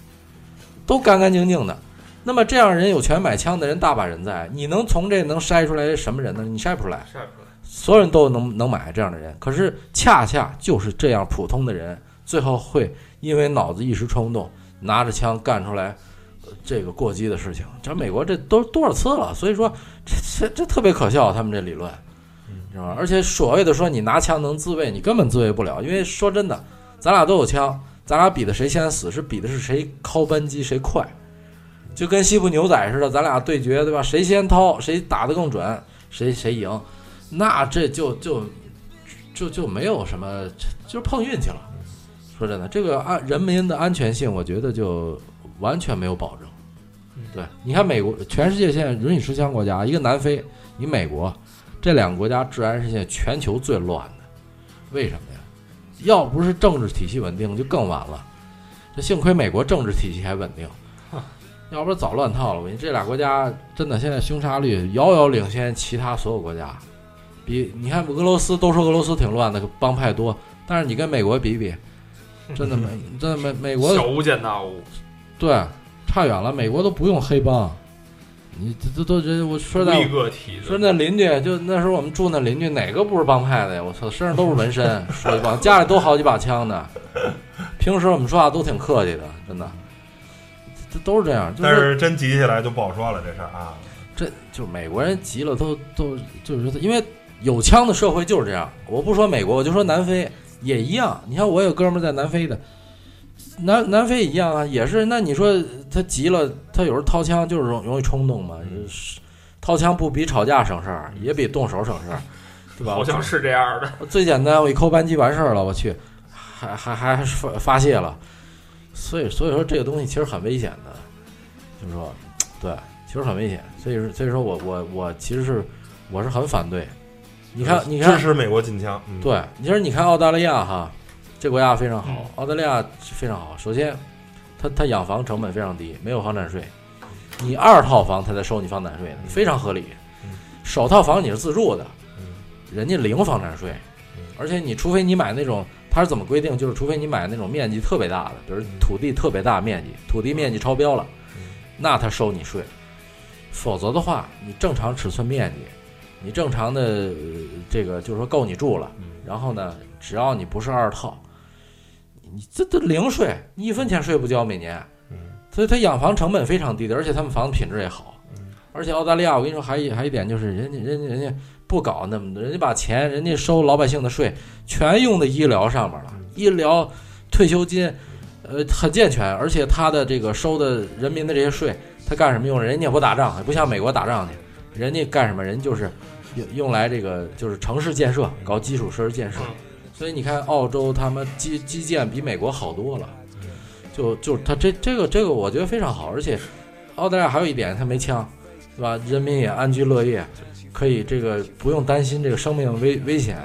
都干干净净的。那么这样人有权买枪的人大把人在，你能从这能筛出来什么人呢？你筛不出来，晒不出来。所有人都能能买这样的人。可是恰恰就是这样普通的人，最后会因为脑子一时冲动，拿着枪干出来、呃这个过激的事情。这美国这都多少次了？所以说这这这特别可笑，他们这理论，你知道吗？而且所谓的说你拿枪能自卫，你根本自卫不了，因为说真的，咱俩都有枪，咱俩比的谁先死，是比的是谁掏扳机谁快。就跟西部牛仔似的，咱俩对决，对吧？谁先掏，谁打得更准，谁谁赢。那这就就就就没有什么，就是碰运气了。说真的，这个安人民的安全性，我觉得就完全没有保证嗯。对，你看美国，全世界现在允许持枪国家，一个南非，一美国，这两个国家治安是现在全球最乱的。为什么呀？要不是政治体系稳定，就更完了。这幸亏美国政治体系还稳定，要不然早乱套了。我跟你这俩国家真的现在凶杀率遥遥领先其他所有国家。比你看俄罗斯都说俄罗斯挺乱的，帮派多，但是你跟美国比比，真 的美真的美美国小巫见大巫，对差远了，美国都不用黑帮，你这这都这我说独在立个体说的，那邻居，就那时候我们住那邻居，哪个不是帮派的呀？我操，身上都是纹身，说一帮，家里都好几把枪呢。平时我们说话都挺客气的，真的，这这都是这样。就但是真急起来就不好说了，这事儿啊，这就是美国人急了都都就是因为有枪的社会就是这样。我不说美国，我就说南非也一样。你看我有哥们儿在南非的，南南非一样啊，也是。那你说他急了，他有时候掏枪就是容容易冲动嘛。嗯是掏枪不比吵架省事儿，也比动手省事儿，对吧？好像是这样 的。最简单，我一扣扳机完事儿了，我去，还还还发发泄了，所以所以说这个东西其实很危险的，就是说，对，其实很危险，所以说所以说我我我其实是我是很反对，你看你看支持美国禁枪，嗯，对，你说你看澳大利亚哈，这国家非常好嗯，澳大利亚非常好。首先，它它养房成本非常低，没有房产税，你二套房它才收你房产税呢，嗯非常合理嗯。首套房你是自住的嗯，人家零房产税嗯，而且你除非你买那种，它是怎么规定？就是除非你买那种面积特别大的，比如土地特别大面积，土地面积超标了嗯，那它收你税。否则的话，你正常尺寸面积，你正常的、呃这个就是说够你住了，嗯，然后呢，只要你不是二套，你这都零税，你一分钱税不交每年，嗯所以它养房成本非常低的，而且他们房子品质也好嗯。而且澳大利亚，我跟你说，还一还一点就是人家人家人家不搞那么多，人家把钱人家收老百姓的税全用在医疗上面了嗯，医疗、退休金，呃，很健全。而且他的这个收的人民的这些税，他干什么用？人家也不打仗，也不像美国打仗去，人家干什么？人就是用用来这个就是城市建设，搞基础设施建设。所以你看，澳洲他们基基建比美国好多了，就就他这这个这个，我觉得非常好。而且澳大利亚还有一点，他没枪，对吧？人民也安居乐业，可以这个不用担心这个生命危危险，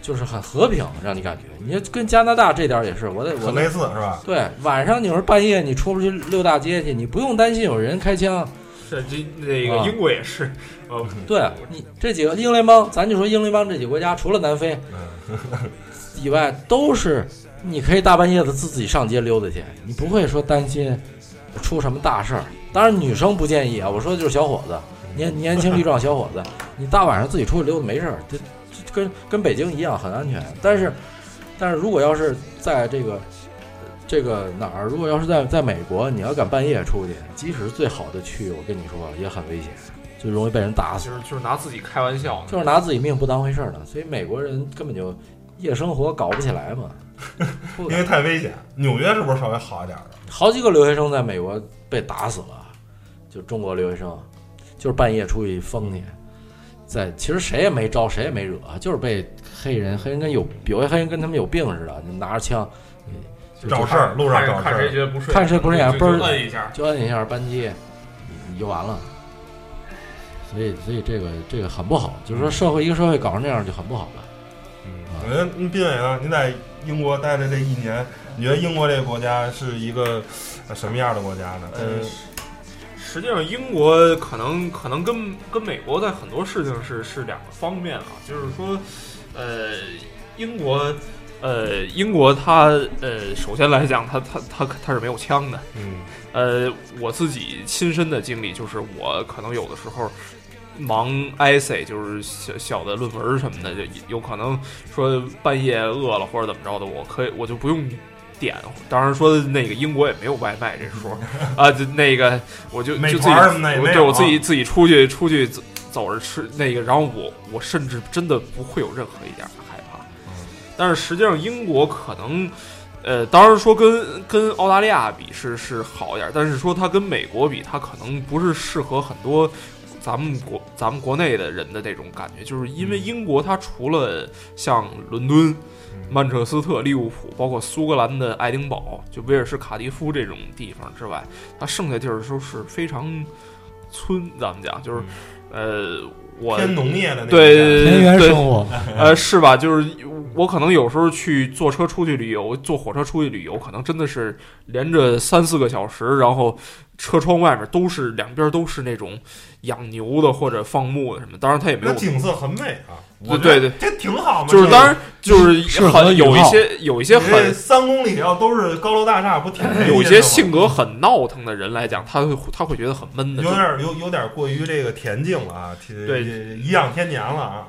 就是很和平，让你感觉。你就跟加拿大这点儿也是，我在我很在类似是吧？对晚上你说半夜你出去溜大街去，你不用担心有人开枪，这这那个啊嗯英国也是，呃，对你这几个英联邦，咱就说英联邦这几个国家，除了南非以外，都是你可以大半夜的自己上街溜达去，你不会说担心出什么大事儿。当然，女生不建议啊，我说的就是小伙子，年年轻力壮小伙子，你大晚上自己出去溜达没事儿，这这跟跟北京一样很安全。但是，但是如果要是在这个这个哪儿，如果要是在在美国，你要敢半夜出去，即使是最好的区域，我跟你说也很危险。就容易被人打死就。是就是拿自己开玩笑呢，就是拿自己命不当回事儿呢，所以美国人根本就夜生活搞不起来嘛。不因为太危险。纽约是不是稍微好一点儿的？好几个留学生在美国被打死了，就中国留学生，就是半夜出去疯去，在其实谁也没招，谁也没惹，啊就是被黑人，黑人跟有有些黑人跟他们有病似的，就拿着枪就找事儿，路上看找事看谁儿。觉得不顺眼，看谁不顺眼就嘣儿就摁一下，就摁一下扳机，你你就完了。所以，所以这个这个很不好，就是说社会一个社会搞成这样就很不好了。嗯，我觉得嗯斌伟呢，您在英国待的这一年，你觉得英国这个国家是一个呃什么样的国家呢？呃跟，实际上英国可能可能跟跟美国在很多事情是是两个方面啊，就是说，呃，英国。呃，英国它呃，首先来讲，它它它它是没有枪的。嗯呃，我自己亲身的经历就是，我可能有的时候忙 essay，就是小小的论文什么的，就有可能说半夜饿了或者怎么着的，我可以我就不用点。当然说那个英国也没有外卖这说嗯啊，就那个我就美就自己团什么的也我没对有我自己啊自己出去出去走走着吃那个，然后我我甚至真的不会有任何一点儿害怕。嗯但是实际上英国可能。呃，当然说跟跟澳大利亚比是是好一点儿，但是说它跟美国比，它可能不是适合很多咱们国咱们国内的人的这种感觉，就是因为英国它除了像伦敦、曼彻斯特、利物浦，包括苏格兰的爱丁堡，就威尔士、卡迪夫这种地方之外，它剩下地儿都是非常村，咱们讲就是呃，我偏农业的那个对田园对生活，呃，是吧？就是我可能有时候去坐车出去旅游，坐火车出去旅游，可能真的是连着三四个小时，然后车窗外面都是两边都是那种养牛的或者放牧的什么。当然，它也没那有，景色很美啊。对对对，这挺好嘛。就是当然就适是合很有引一号些有一些这这很哎三公里要都是高楼大厦，不挺没意思的吗有一些性格很闹腾的人来讲，他会他会觉得很闷的。有点有有点过于这个田径了啊，挺对颐养天年了啊。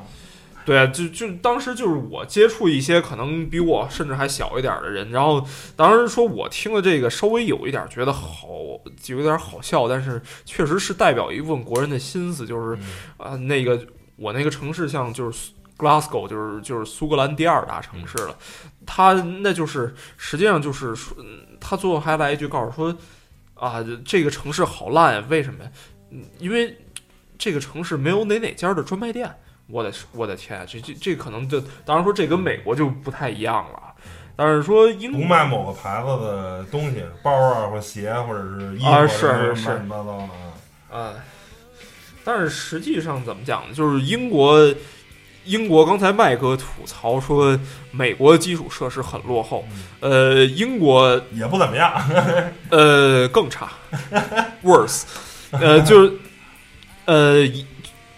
对啊，就就当时就是我接触一些可能比我甚至还小一点儿的人，然后当时说我听了这个稍微有一点儿觉得好，就有点儿好笑，但是确实是代表一部分国人的心思，就是啊、那个我那个城市像就是苏 Glasgow，就是就是苏格兰第二大城市了，它那就是实际上就是说，嗯他最后还来一句告诉说啊，这个城市好烂呀，为什么呀？嗯因为这个城市没有哪哪家的专卖店。我的我的天啊，这这这可能就当然说这跟美国就不太一样了，啊但是说英不卖某个牌子的东西，包啊或者鞋或者是衣服啊或者是乱是七八糟的啊。啊，但是实际上怎么讲呢？就是英国，英国刚才麦哥吐槽说美国基础设施很落后，呃，英国嗯也不怎么样。呃更差，worse，呃，就是呃，一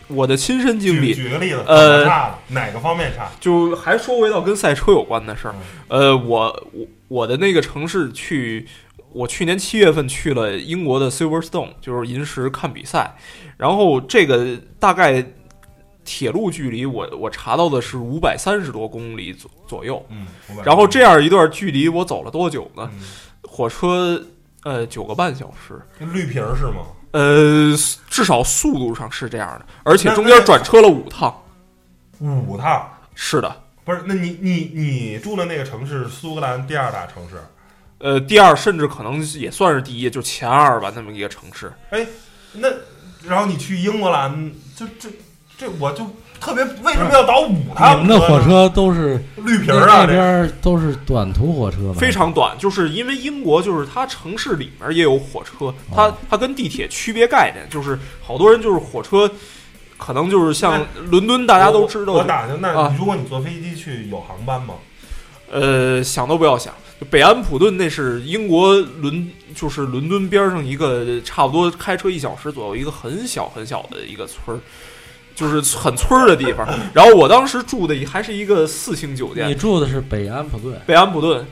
我的亲身经历举，举个例子，呃哪差了哪个方面差？就还说回到跟赛车有关的事嗯儿，呃，我我我的那个城市去，我去年七月份去了英国的 Silverstone，就是银石看比赛，然后这个大概铁路距离我我查到的是五百三十多公里左左右，嗯，我感觉然后这样一段距离我走了多久呢？嗯火车呃九个半小时，那绿皮儿是吗？呃，至少速度上是这样的，而且那中那间转车了五趟，五趟是的。不是？那你你你住的那个城市，苏格兰第二大城市。呃，第二甚至可能也算是第一，就前二吧，那么一个城市。哎，那然后你去英格兰，就这这我就特别为什么要倒五趟？你们的火车都是绿皮那儿啊，那这个边都是短途火车嘛，非常短，就是因为英国就是它城市里面也有火车，它它跟地铁区别概念，就是好多人就是火车，可能就是像伦敦大家都知我道我，打听，那啊如果你坐飞机去，有航班吗？ 呃，想都不要想。就北安普顿那是英国伦，就是伦敦边上一个差不多开车一小时左右一个很小很小的一个村儿，就是很村儿的地方。然后我当时住的还是一个四星酒店你，住的是北安普顿，北安普顿。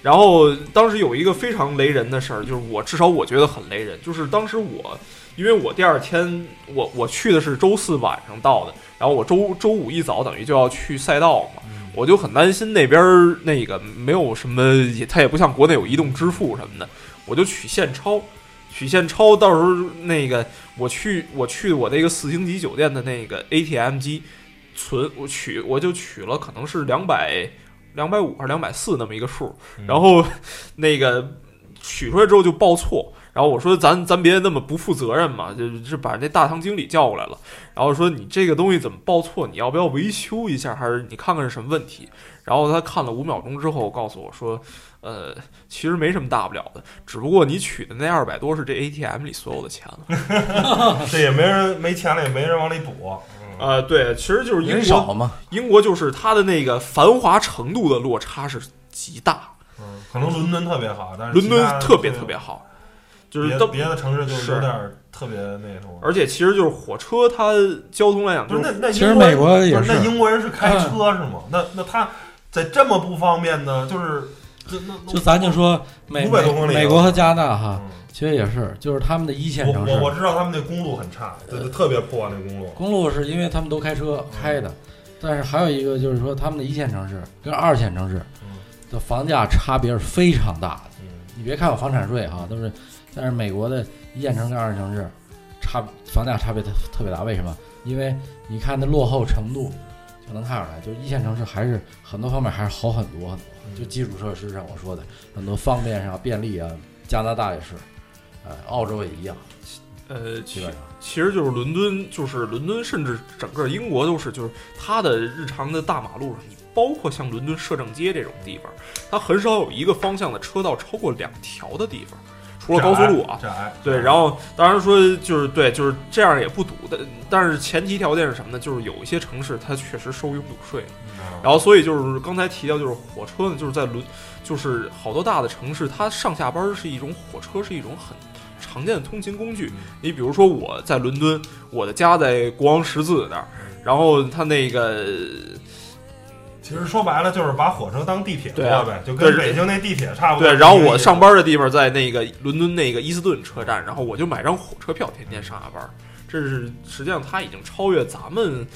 然后当时有一个非常雷人的事儿，就是我至少我觉得很雷人，就是当时我，因为我第二天我我去的是周四晚上到的，然后我周周五一早等于就要去赛道嘛，我就很担心那边儿那个没有什么，也它也不像国内有移动支付什么的，我就取现钞，许宪超到时候那个我去我去我那个四星级酒店的那个 ATM 机存我取我就取了可能是两百两百五还是两百四那么一个数，嗯然后那个取出来之后就报错。然后我说咱咱别那么不负责任嘛，就是把那大堂经理叫过来了，然后说你这个东西怎么报错？你要不要维修一下？还是你看看是什么问题？然后他看了五秒钟之后，告诉我说，呃，其实没什么大不了的，只不过你取的那二百多是这 ATM 里所有的钱了。这也没人没钱了，也没人往里补。呃，对，其实就是人英国，少嘛，英国就是它的那个繁华程度的落差是极大，嗯，可能伦敦特别好，但是伦敦其他的特别特别好，就是别都，别的城市就是是有点儿特别那什么。而且其实就是火车它交通来讲不就是是那那其实英国人美国也不是那是嗯英国人是开车是吗？那那他在这么不方便的，就是这那那就咱就说美500多公里美美国和加拿大哈，嗯其实也是，就是他们的一线我城我我市，知道他们那公路很差，对对，特别破那公路。公路是因为他们都开车开的，但是还有一个就是说他们的一线城市跟二线城市嗯的房价差别是非常大的。嗯，你别看有房产税哈，都是，但是美国的一线城跟二线城市差房价差别特特别大，为什么？因为你看它落后程度就能看出来，就是一线城市还是很多方面还是好很多很多，嗯就基础设施上我说的很多方便上便利啊，加拿大也是，呃，澳洲也一样，呃，基其本上其实就是伦敦，就是伦敦，甚至整个英国都是，就是它的日常的大马路上，你包括像伦敦摄政街这种地方，它很少有一个方向的车道超过两条的地方，除了高速路啊。窄，窄对，然后当然说就是对，就是这样也不堵的，但是前提条件是什么呢？就是有一些城市它确实收拥堵税，嗯然后所以就是刚才提到就是火车呢，就是在伦，就是好多大的城市，它上下班是一种火车是一种很常见的通勤工具。你比如说我在伦敦，我的家在国王十字那儿，然后它那个其实说白了就是把火车当地铁对啊坐呗，就跟对北京那地铁差不多。对，然后一个我意思上班的地方在那个伦敦那个伊斯顿车站，然后我就买张火车票，天天上下班儿。这是实际上它已经超越咱们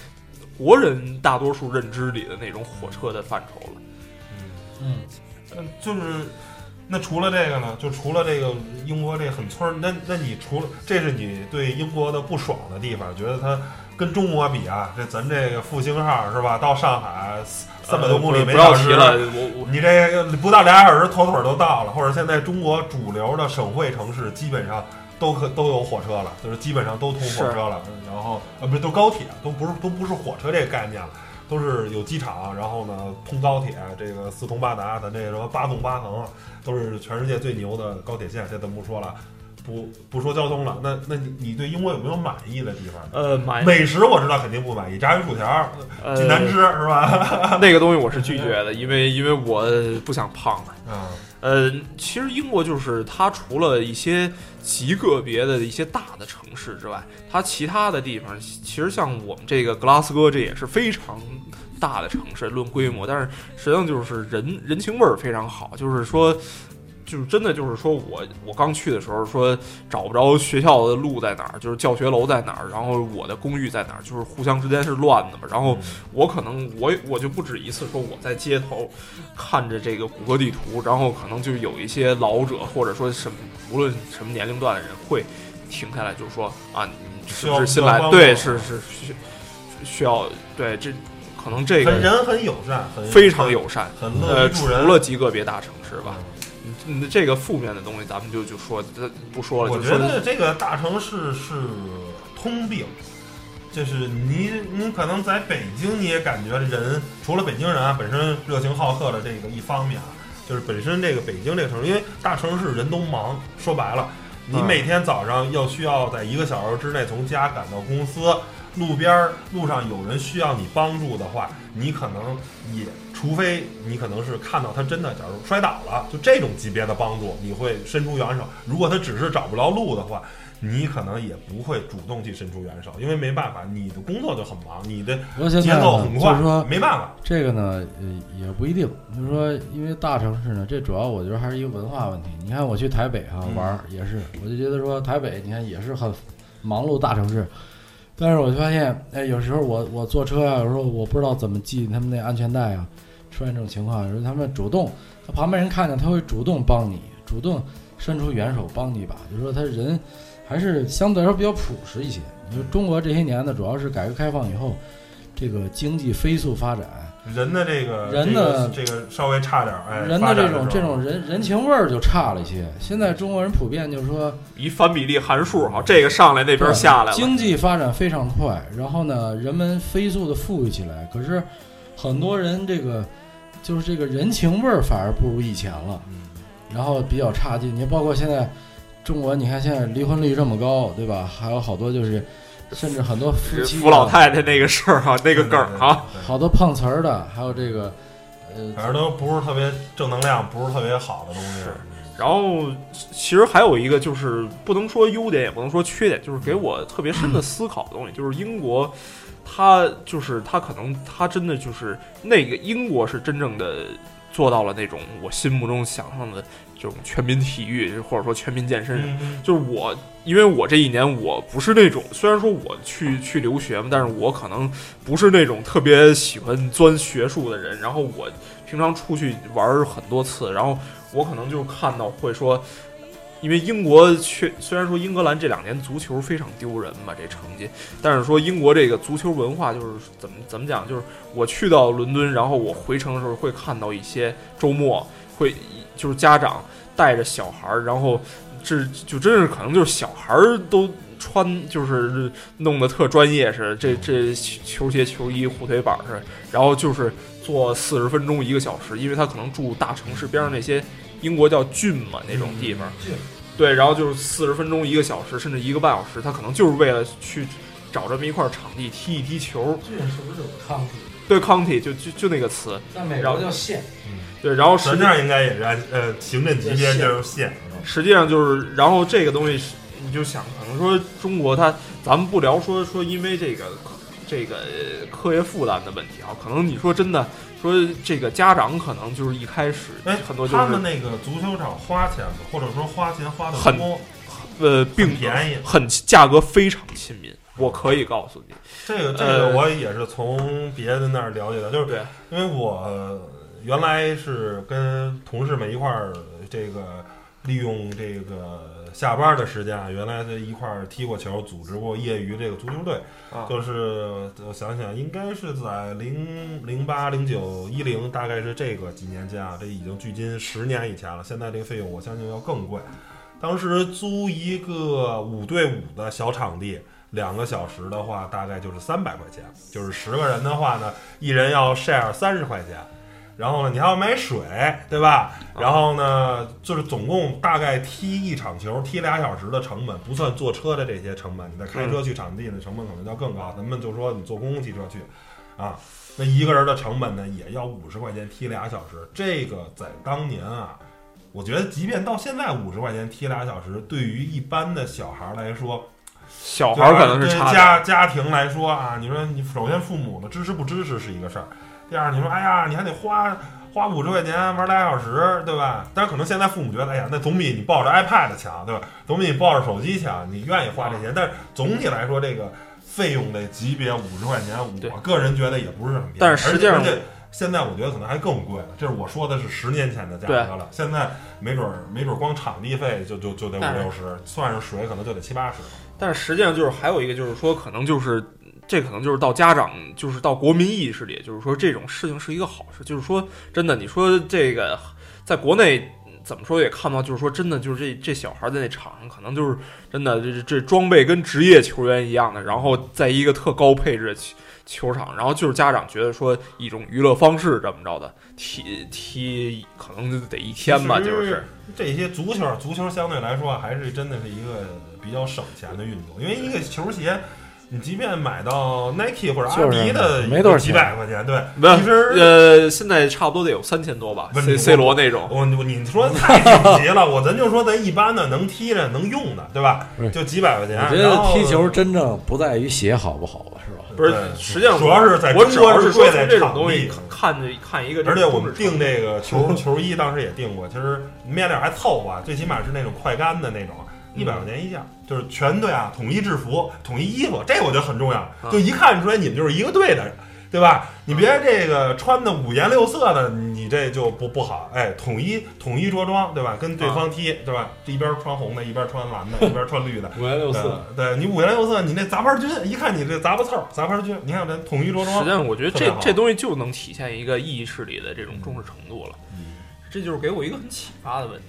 国人大多数认知里的那种火车的范畴了。嗯，嗯，就是那除了这个呢，就除了这个英国这很村儿，那那你除了这是你对英国的不爽的地方，觉得它跟中国比啊，这咱这个复兴号是吧？到上海三百多公里呃不每不要小提时，了，我我你这个不到俩小时头腿儿都到了，或者现在中国主流的省会城市基本上。都可都有火车了，就是基本上都通火车了，然后呃不是都高铁，都不是都不是火车这个概念了，都是有机场，然后呢通高铁，这个四通八达，咱这个什么八纵八横，都是全世界最牛的高铁线，这咱不说了，不不说交通了，那那你你对英国有没有满意的地方？呃买美食我知道肯定不满意，炸鱼薯条呃挺难吃是吧？那个东西我是拒绝的，因为因为我不想胖了。嗯呃，其实英国就是它除了一些极个别的一些大的城市之外，它其他的地方其实像我们这个格拉斯哥，这也是非常大的城市，论规模，但是实际上就是人人情味儿非常好，就是说。就是真的，就是说我我刚去的时候说找不着学校的路在哪儿，就是教学楼在哪儿，然后我的公寓在哪儿，就是互相之间是乱的嘛。然后我可能我我就不止一次说我在街头看着这个谷歌地图，然后可能就有一些老者或者说什么无论什么年龄段的人会停下来就说啊，你是不是新需要来？帮对，忙是是需需要对这可能这很个人很友善，很非常友善。很乐呃，于除助人。了极个别大城市吧，嗯，这个负面的东西咱们就就说呃不说了，我就觉说得这个大城市是通病，就是你你可能在北京你也感觉人，除了北京人啊本身热情好客的这个一方面啊，就是本身这个北京这个城市，因为大城市人都忙，说白了，你嗯每天早上要需要在一个小时之内从家赶到公司。路边儿路上有人需要你帮助的话，你可能也，除非你可能是看到他真的，假如摔倒了，就这种级别的帮助，你会伸出援手。如果他只是找不着路的话，你可能也不会主动去伸出援手，因为没办法，你的工作就很忙，你的不过现节在奏呢很啊就快是说，没办法。这个呢，呃，也不一定。就是说，因为大城市呢，这主要我觉得还是一个文化问题。你看，我去台北哈、嗯玩儿也是，我就觉得说台北，你看也是很忙碌大城市，但是我就发现，哎，有时候我我坐车啊，有时候我不知道怎么系他们那安全带啊，出现这种情况，有时候他们主动，他旁边人看见他会主动帮你，主动伸出援手帮你一把，就说他人还是相对来说比较朴实一些。你说中国这些年呢，主要是改革开放以后，这个经济飞速发展，人的这个人的这个这个稍微差点儿，哎，人发的展这时候种这种人人情味儿就差了一些。现在中国人普遍就是说，一反比例函数哈，这个上来那边下来了，经济发展非常快，然后呢，人们飞速的富裕起来，可是很多人这个就是这个人情味儿反而不如以前了，嗯然后比较差劲。你包括现在中国，你看现在离婚率这么高，对吧？还有好多就是，甚至很多夫妻啊扶老太太那个事儿哈，那个梗儿啊哈，，对对对好多碰瓷儿的，还有这个呃对，反正都不是特别正能量，不是特别好的东西。是然后其实还有一个就是不能说优点，也不能说缺点，就是给我特别深的思考的东西，就是英国。他就是他，可能他真的就是那个英国是真正的做到了那种我心目中想象的这种全民体育或者说全民健身嗯嗯就是我，因为我这一年我不是那种，虽然说我去去留学嘛，但是我可能不是那种特别喜欢钻学术的人。然后我平常出去玩儿很多次，然后我可能就看到会说，因为英国确虽然说英格兰这两年足球非常丢人嘛，这成绩，但是说英国这个足球文化就是怎么怎么讲，就是我去到伦敦，然后我回程的时候会看到一些周末会就是家长带着小孩儿，然后这就真是可能就是小孩儿都穿就是弄得特专业似的，这这球鞋、球衣、护腿板儿似的，然后就是坐四十分钟一个小时，因为他可能住大城市边上那些英国叫郡嘛那种地方，郡对，然后就是四十分钟一个小时，甚至一个半小时，他可能就是为了去找这么一块场地踢一踢球，这是不是有抗体？对 county 就就就那个词，在美国叫县，对，然后实咱际这儿应该也是按呃行政级别县就是县，实际上就是，然后这个东西是，你就想，可能说中国它，咱们不聊说说因为这个科这个呃课业负担的问题啊，可能你说真的说这个家长可能就是一开始哎，很多就他是们那个足球场花钱吗？或者说花钱花的很多，呃并很便宜很价格非常亲民，我可以告诉你，这个这呃个我也是从别的那儿了解的，就是对因为我呃原来是跟同事们一块儿这个利用这个下班的时间啊，原来在一块儿踢过球，组织过业余这个足球队，啊，就是我想想，应该是在零零八、零九、一零，大概是这个几年间啊，这已经距今十年以前了。现在这个费用，我相信要更贵。当时租一个五对五的小场地，两个小时的话，大概就是三百块钱。就是十个人的话呢，一人要 share 三十块钱。然后呢，你还要买水，对吧？然后呢，就是总共大概踢一场球，踢俩小时的成本，不算坐车的这些成本，你再开车去场地的成本可能要更高。咱们就说你坐公共汽车去，啊，那一个人的成本呢也要五十块钱踢俩小时，这个在当年啊，我觉得即便到现在五十块钱踢俩小时，对于一般的小孩儿来说，小孩儿可能对是差家的，家庭来说啊，你说你首先父母的支持不支持是一个事儿，第二你说哎呀，你还得花花五十块钱玩俩小时，对吧？但是可能现在父母觉得，哎呀，那总比你抱着 iPad 强，对吧？总比你抱着手机强，你愿意花这钱。但是总体来说，这个费用的级别五十块钱，对我个人觉得也不是很便宜。但是实际上而且而且现在我觉得可能还更贵了，这是我说的是十年前的价格了。现在没准儿没准儿光场地费就就就得但五是六十，算上水可能就得七八十了。但是实际上就是还有一个就是说，可能就是这可能就是到家长就是到国民意识里，就是说这种事情是一个好事，就是说真的，你说这个在国内。怎么说也看不到，就是说真的，就是这这小孩在那场上，可能就是真的，这这装备跟职业球员一样的，然后在一个特高配置的球球场，然后就是家长觉得说一种娱乐方式这么着的，踢踢可能就得一天吧，其就实是这些足球，足球相对来说还是真的是一个比较省钱的运动，因为一个球鞋，你即便买到 Nike 或者阿迪的，就是没多少钱几百块钱，对，不其实。呃，现在差不多得有三千多吧不是，C 我 C 罗那种。我你说太顶级了， 我咱就说咱一般的能踢着能用的，对吧不是？就几百块钱。我觉然得后踢球真正不在于鞋好不好吧，是吧？不是对，实际上主要是在我中只要国是说贵从在这种场东西地看着看一个，而且我们订这个 球球衣当时也订过，其实面料还凑合，啊最起码是那种快干的那种，一百块钱一件，就是啊全队啊统一制服、统一衣服，这我觉得很重要，就一看出来你们就是一个队的。对吧？你别这个穿的五颜六色的，你这就不不好。哎，统一统一着装，对吧？跟啊对方踢，对吧？这一边穿红的，一边穿蓝的，一边穿绿的，五颜 六色。嗯对你五颜六色，你那杂牌军，一看你这杂牌刺儿，杂牌军，你看咱统一着实际装，上，我觉得特别这好这东西就能体现一个意义势力的这种重视程度了。嗯这就是给我一个很启发的问题。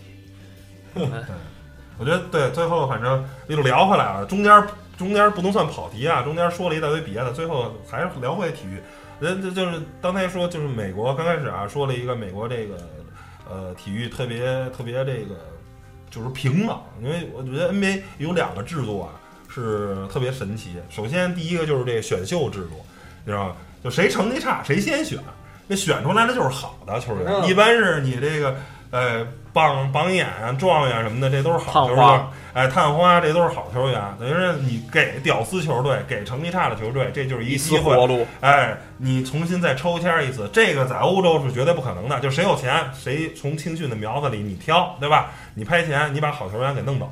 我觉得对。最后反正又聊回来了，中间中间不能算跑题啊，中间说了一大堆别的，最后还是聊回体育。人这就是刚才说，就是美国刚开始啊，说了一个美国这个呃体育特别特别这个就是平等，因为我觉得 NBA 有两个制度啊是特别神奇。首先第一个就是这个选秀制度，你知道吗？就谁成绩差谁先选，那选出来的就是好的球员，嗯一般是你这个呃棒棒眼啊、状元什么的，这都是好球探员花。哎，探花这都是好球员，等于是你给屌丝球队、给成绩差的球队，这就是一机丝会。活路，哎，你重新再抽签儿一次，这个在欧洲是绝对不可能的。就谁有钱，谁从青训的苗子里你挑，对吧？你拍钱，你把好球员给弄走，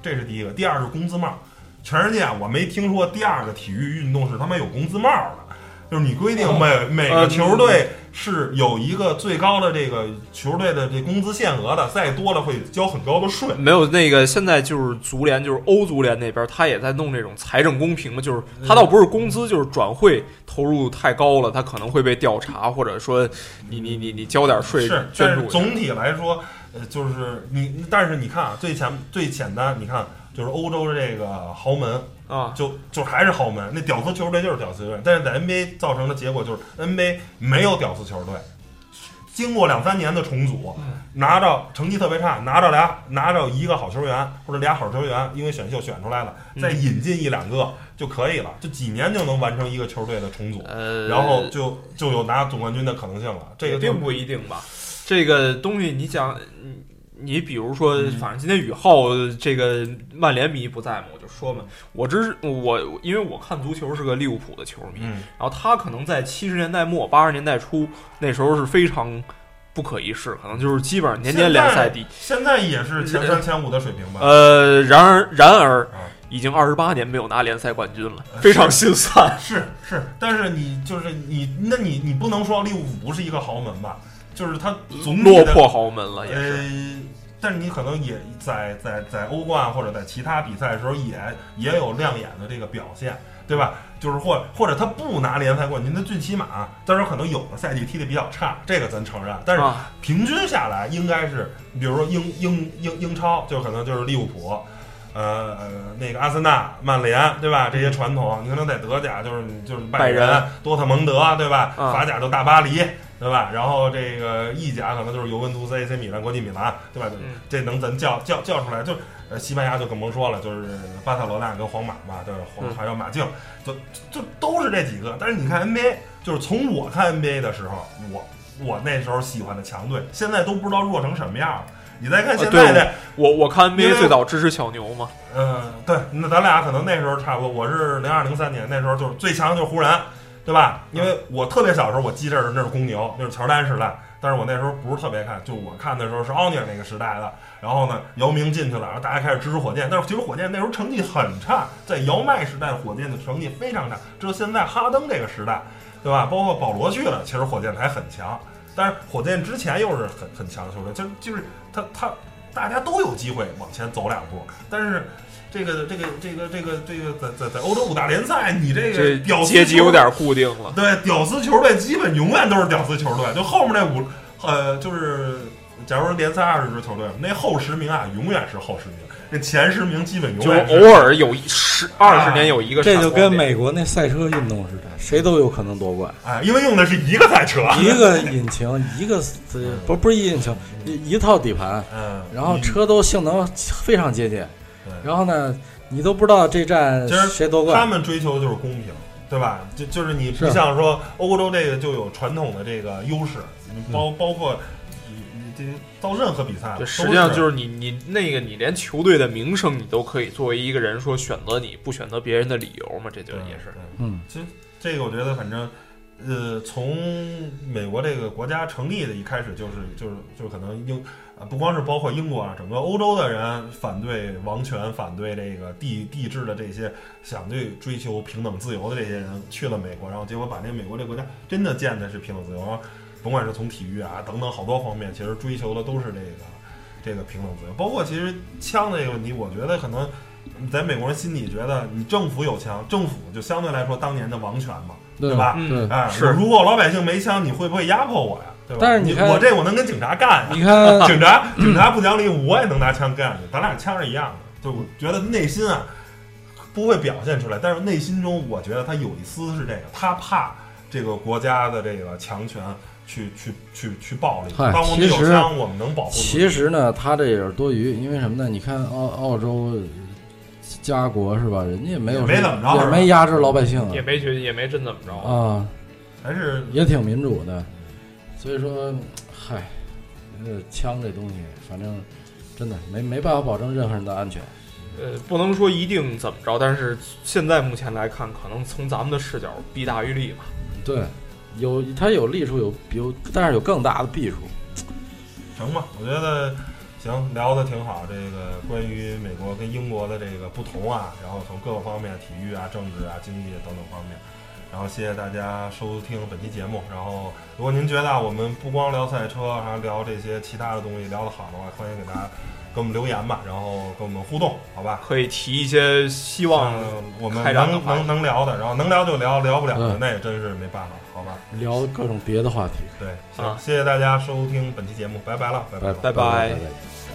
这是第一个。第二是工资帽，全世界我没听说第二个体育运动是他妈有工资帽的，就是你规定哦每每呃个球嗯队是有一个最高的这个球队的这工资限额的，再多了会交很高的税。没有那个现在就是足联，就是欧足联那边，他也在弄这种财政公平嘛，就是他倒不是工资，就是转会投入太高了，他可能会被调查，或者说你你你你交点税是，但捐是助。总体来说，呃，就是你，但是你看啊，最前最简单，你看就是欧洲的这个豪门，啊，就就还是豪门，那屌丝球队就是屌丝球队，但是在 NBA 造成的结果就是 NBA 没有屌丝球队。经过两三年的重组，嗯拿到成绩特别差，拿到俩拿到一个好球员或者俩好球员，因为选秀选出来了，再嗯引进一两个就可以了，就几年就能完成一个球队的重组，呃，然后就就有拿总冠军的可能性了。这个就并不一定吧。这个东西你讲，你你比如说，嗯反正今天宇浩这个曼联迷不在嘛，我就说嘛，我知我因为我看足球是个利物浦的球迷，嗯，然后他可能在七十年代末八十年代初那时候是非常不可一世，可能就是基本上年年联赛第一。现在也是前三前五的水平吧？嗯呃，然而然而啊呃已经二十八年没有拿联赛冠军了，非常心酸。是是，但是你就是你，那你你不能说利物浦不是一个豪门吧？就是他总体落的魄豪门了也是。呃，但是你可能也在在在欧冠或者在其他比赛的时候也也有亮眼的这个表现，对吧？就是或或者他不拿联赛冠军，他最起码，当然可能有的赛季踢得比较差，这个咱承认。但是啊平均下来应该是，比如说英英英英超，就可能就是利物浦，呃呃那个阿森纳、曼联，对吧？这些传统，你可能在德甲就是就是拜仁、拜仁多特蒙德，对吧？啊法甲就大巴黎，对吧？然后这个意甲可能就是尤文图斯、AC 米兰、国际米兰，对吧？嗯这能咱叫叫叫出来，就是呃西班牙就更甭说了，就是巴塞罗那跟皇马嘛，就是皇嗯还有马竞，就就都是这几个。但是你看 NBA，就是从我看 NBA 的时候，我我那时候喜欢的强队，现在都不知道弱成什么样了。你再看现在的，我我看因为 NBA 最早支持小牛嘛，嗯，对，那咱俩可能那时候差不多，我是零二零三年那时候就是最强就是湖人，对吧？嗯因为我特别小时候我记事儿那是公牛，那是乔丹时代，但是我那时候不是特别看，就我看的时候是奥尼尔那个时代的。然后呢，姚明进去了，然后大家开始支持火箭，但是其实火箭那时候成绩很差，在姚麦时代火箭的成绩非常差，只有现在哈登这个时代，对吧？包括保罗去了，其实火箭还很强，但是火箭之前又是很很强的球队，就是就是他他大家都有机会往前走两步，但是。这个这个这个这个这个在在在欧洲五大联赛，你这这个屌丝阶级球有队点固定 了。对，屌丝球队基本永远都是屌丝球队，就后面那五，呃，就是假如说联赛二十支球队，那后十名啊，永远是后十名，那前十名基本永就远是偶尔有一十二十年有一个闪这光就点，跟美国那赛车运动似的，谁都有可能夺冠，哎，因为用的是一个赛车，一个引擎，一个不不是一引擎，一一套底盘，嗯，然后车都性能非常接近对，然后呢，你都不知道这站其实谁夺他冠，们追求的就是公平，对吧？就就是你不是像说欧洲这个就有传统的这个优势，你包包括你你这到任何比赛，对，实际上嗯就是是你你那个你连球队的名声你都可以作为一个人说选择你不选择别人的理由嘛，这就也是对嗯，其实这个我觉得，反正呃，从美国这个国家成立的一开始，就是就是就是可能英，呃不光是包括英国啊，整个欧洲的人反对王权，反对这个帝帝制的这些，想对追求平等自由的这些人去了美国，然后结果把这美国这国家真的建的是平等自由，然后甭管是从体育啊等等好多方面，其实追求的都是这个这个平等自由，包括其实枪这个问题，我觉得可能在美国人心里觉得你政府有枪，政府就相对来说当年的王权嘛，对吧？嗯对，哎，是如果老百姓没枪，你会不会压迫我呀？对吧？但是你你看啊嗯我这我能跟警察干呀，你看，警察警察不讲理，我也能拿枪干你，咱俩枪是一样的。就我觉得内心啊不会表现出来，但是内心中我觉得他有一丝是这个，他怕这个国家的这个强权去去去去暴力。嗨当我们哎其有实枪，我们能保护自己。其实呢，他这也是多余，因为什么呢？你看澳澳洲家国是吧？人家也没有也没怎么着也没压制老百姓啊也没觉得也没真怎么着。啊，还是也挺民主的。所以说，嗨，呃，枪这东西，反正真的没没办法保证任何人的安全。呃，不能说一定怎么着，但是现在目前来看，可能从咱们的视角，弊大于利吧。对，有它有利处，有有，但是有更大的弊处。行吧，我觉得行，聊的挺好。这个关于美国跟英国的这个不同啊，然后从各个方面，体育啊、政治啊、经济等等方面。然后谢谢大家收听本期节目。然后，如果您觉得啊我们不光聊赛车，还聊这些其他的东西聊得好的话，欢迎给大家给我们留言吧，然后跟我们互动，好吧？可以提一些希望嗯我们开展的能话题能能聊的，然后能聊就聊，聊不了的嗯那也真是没办法，好吧？聊各种别的话题。对，行，啊谢谢大家收听本期节目，拜拜了，拜拜了。拜拜拜拜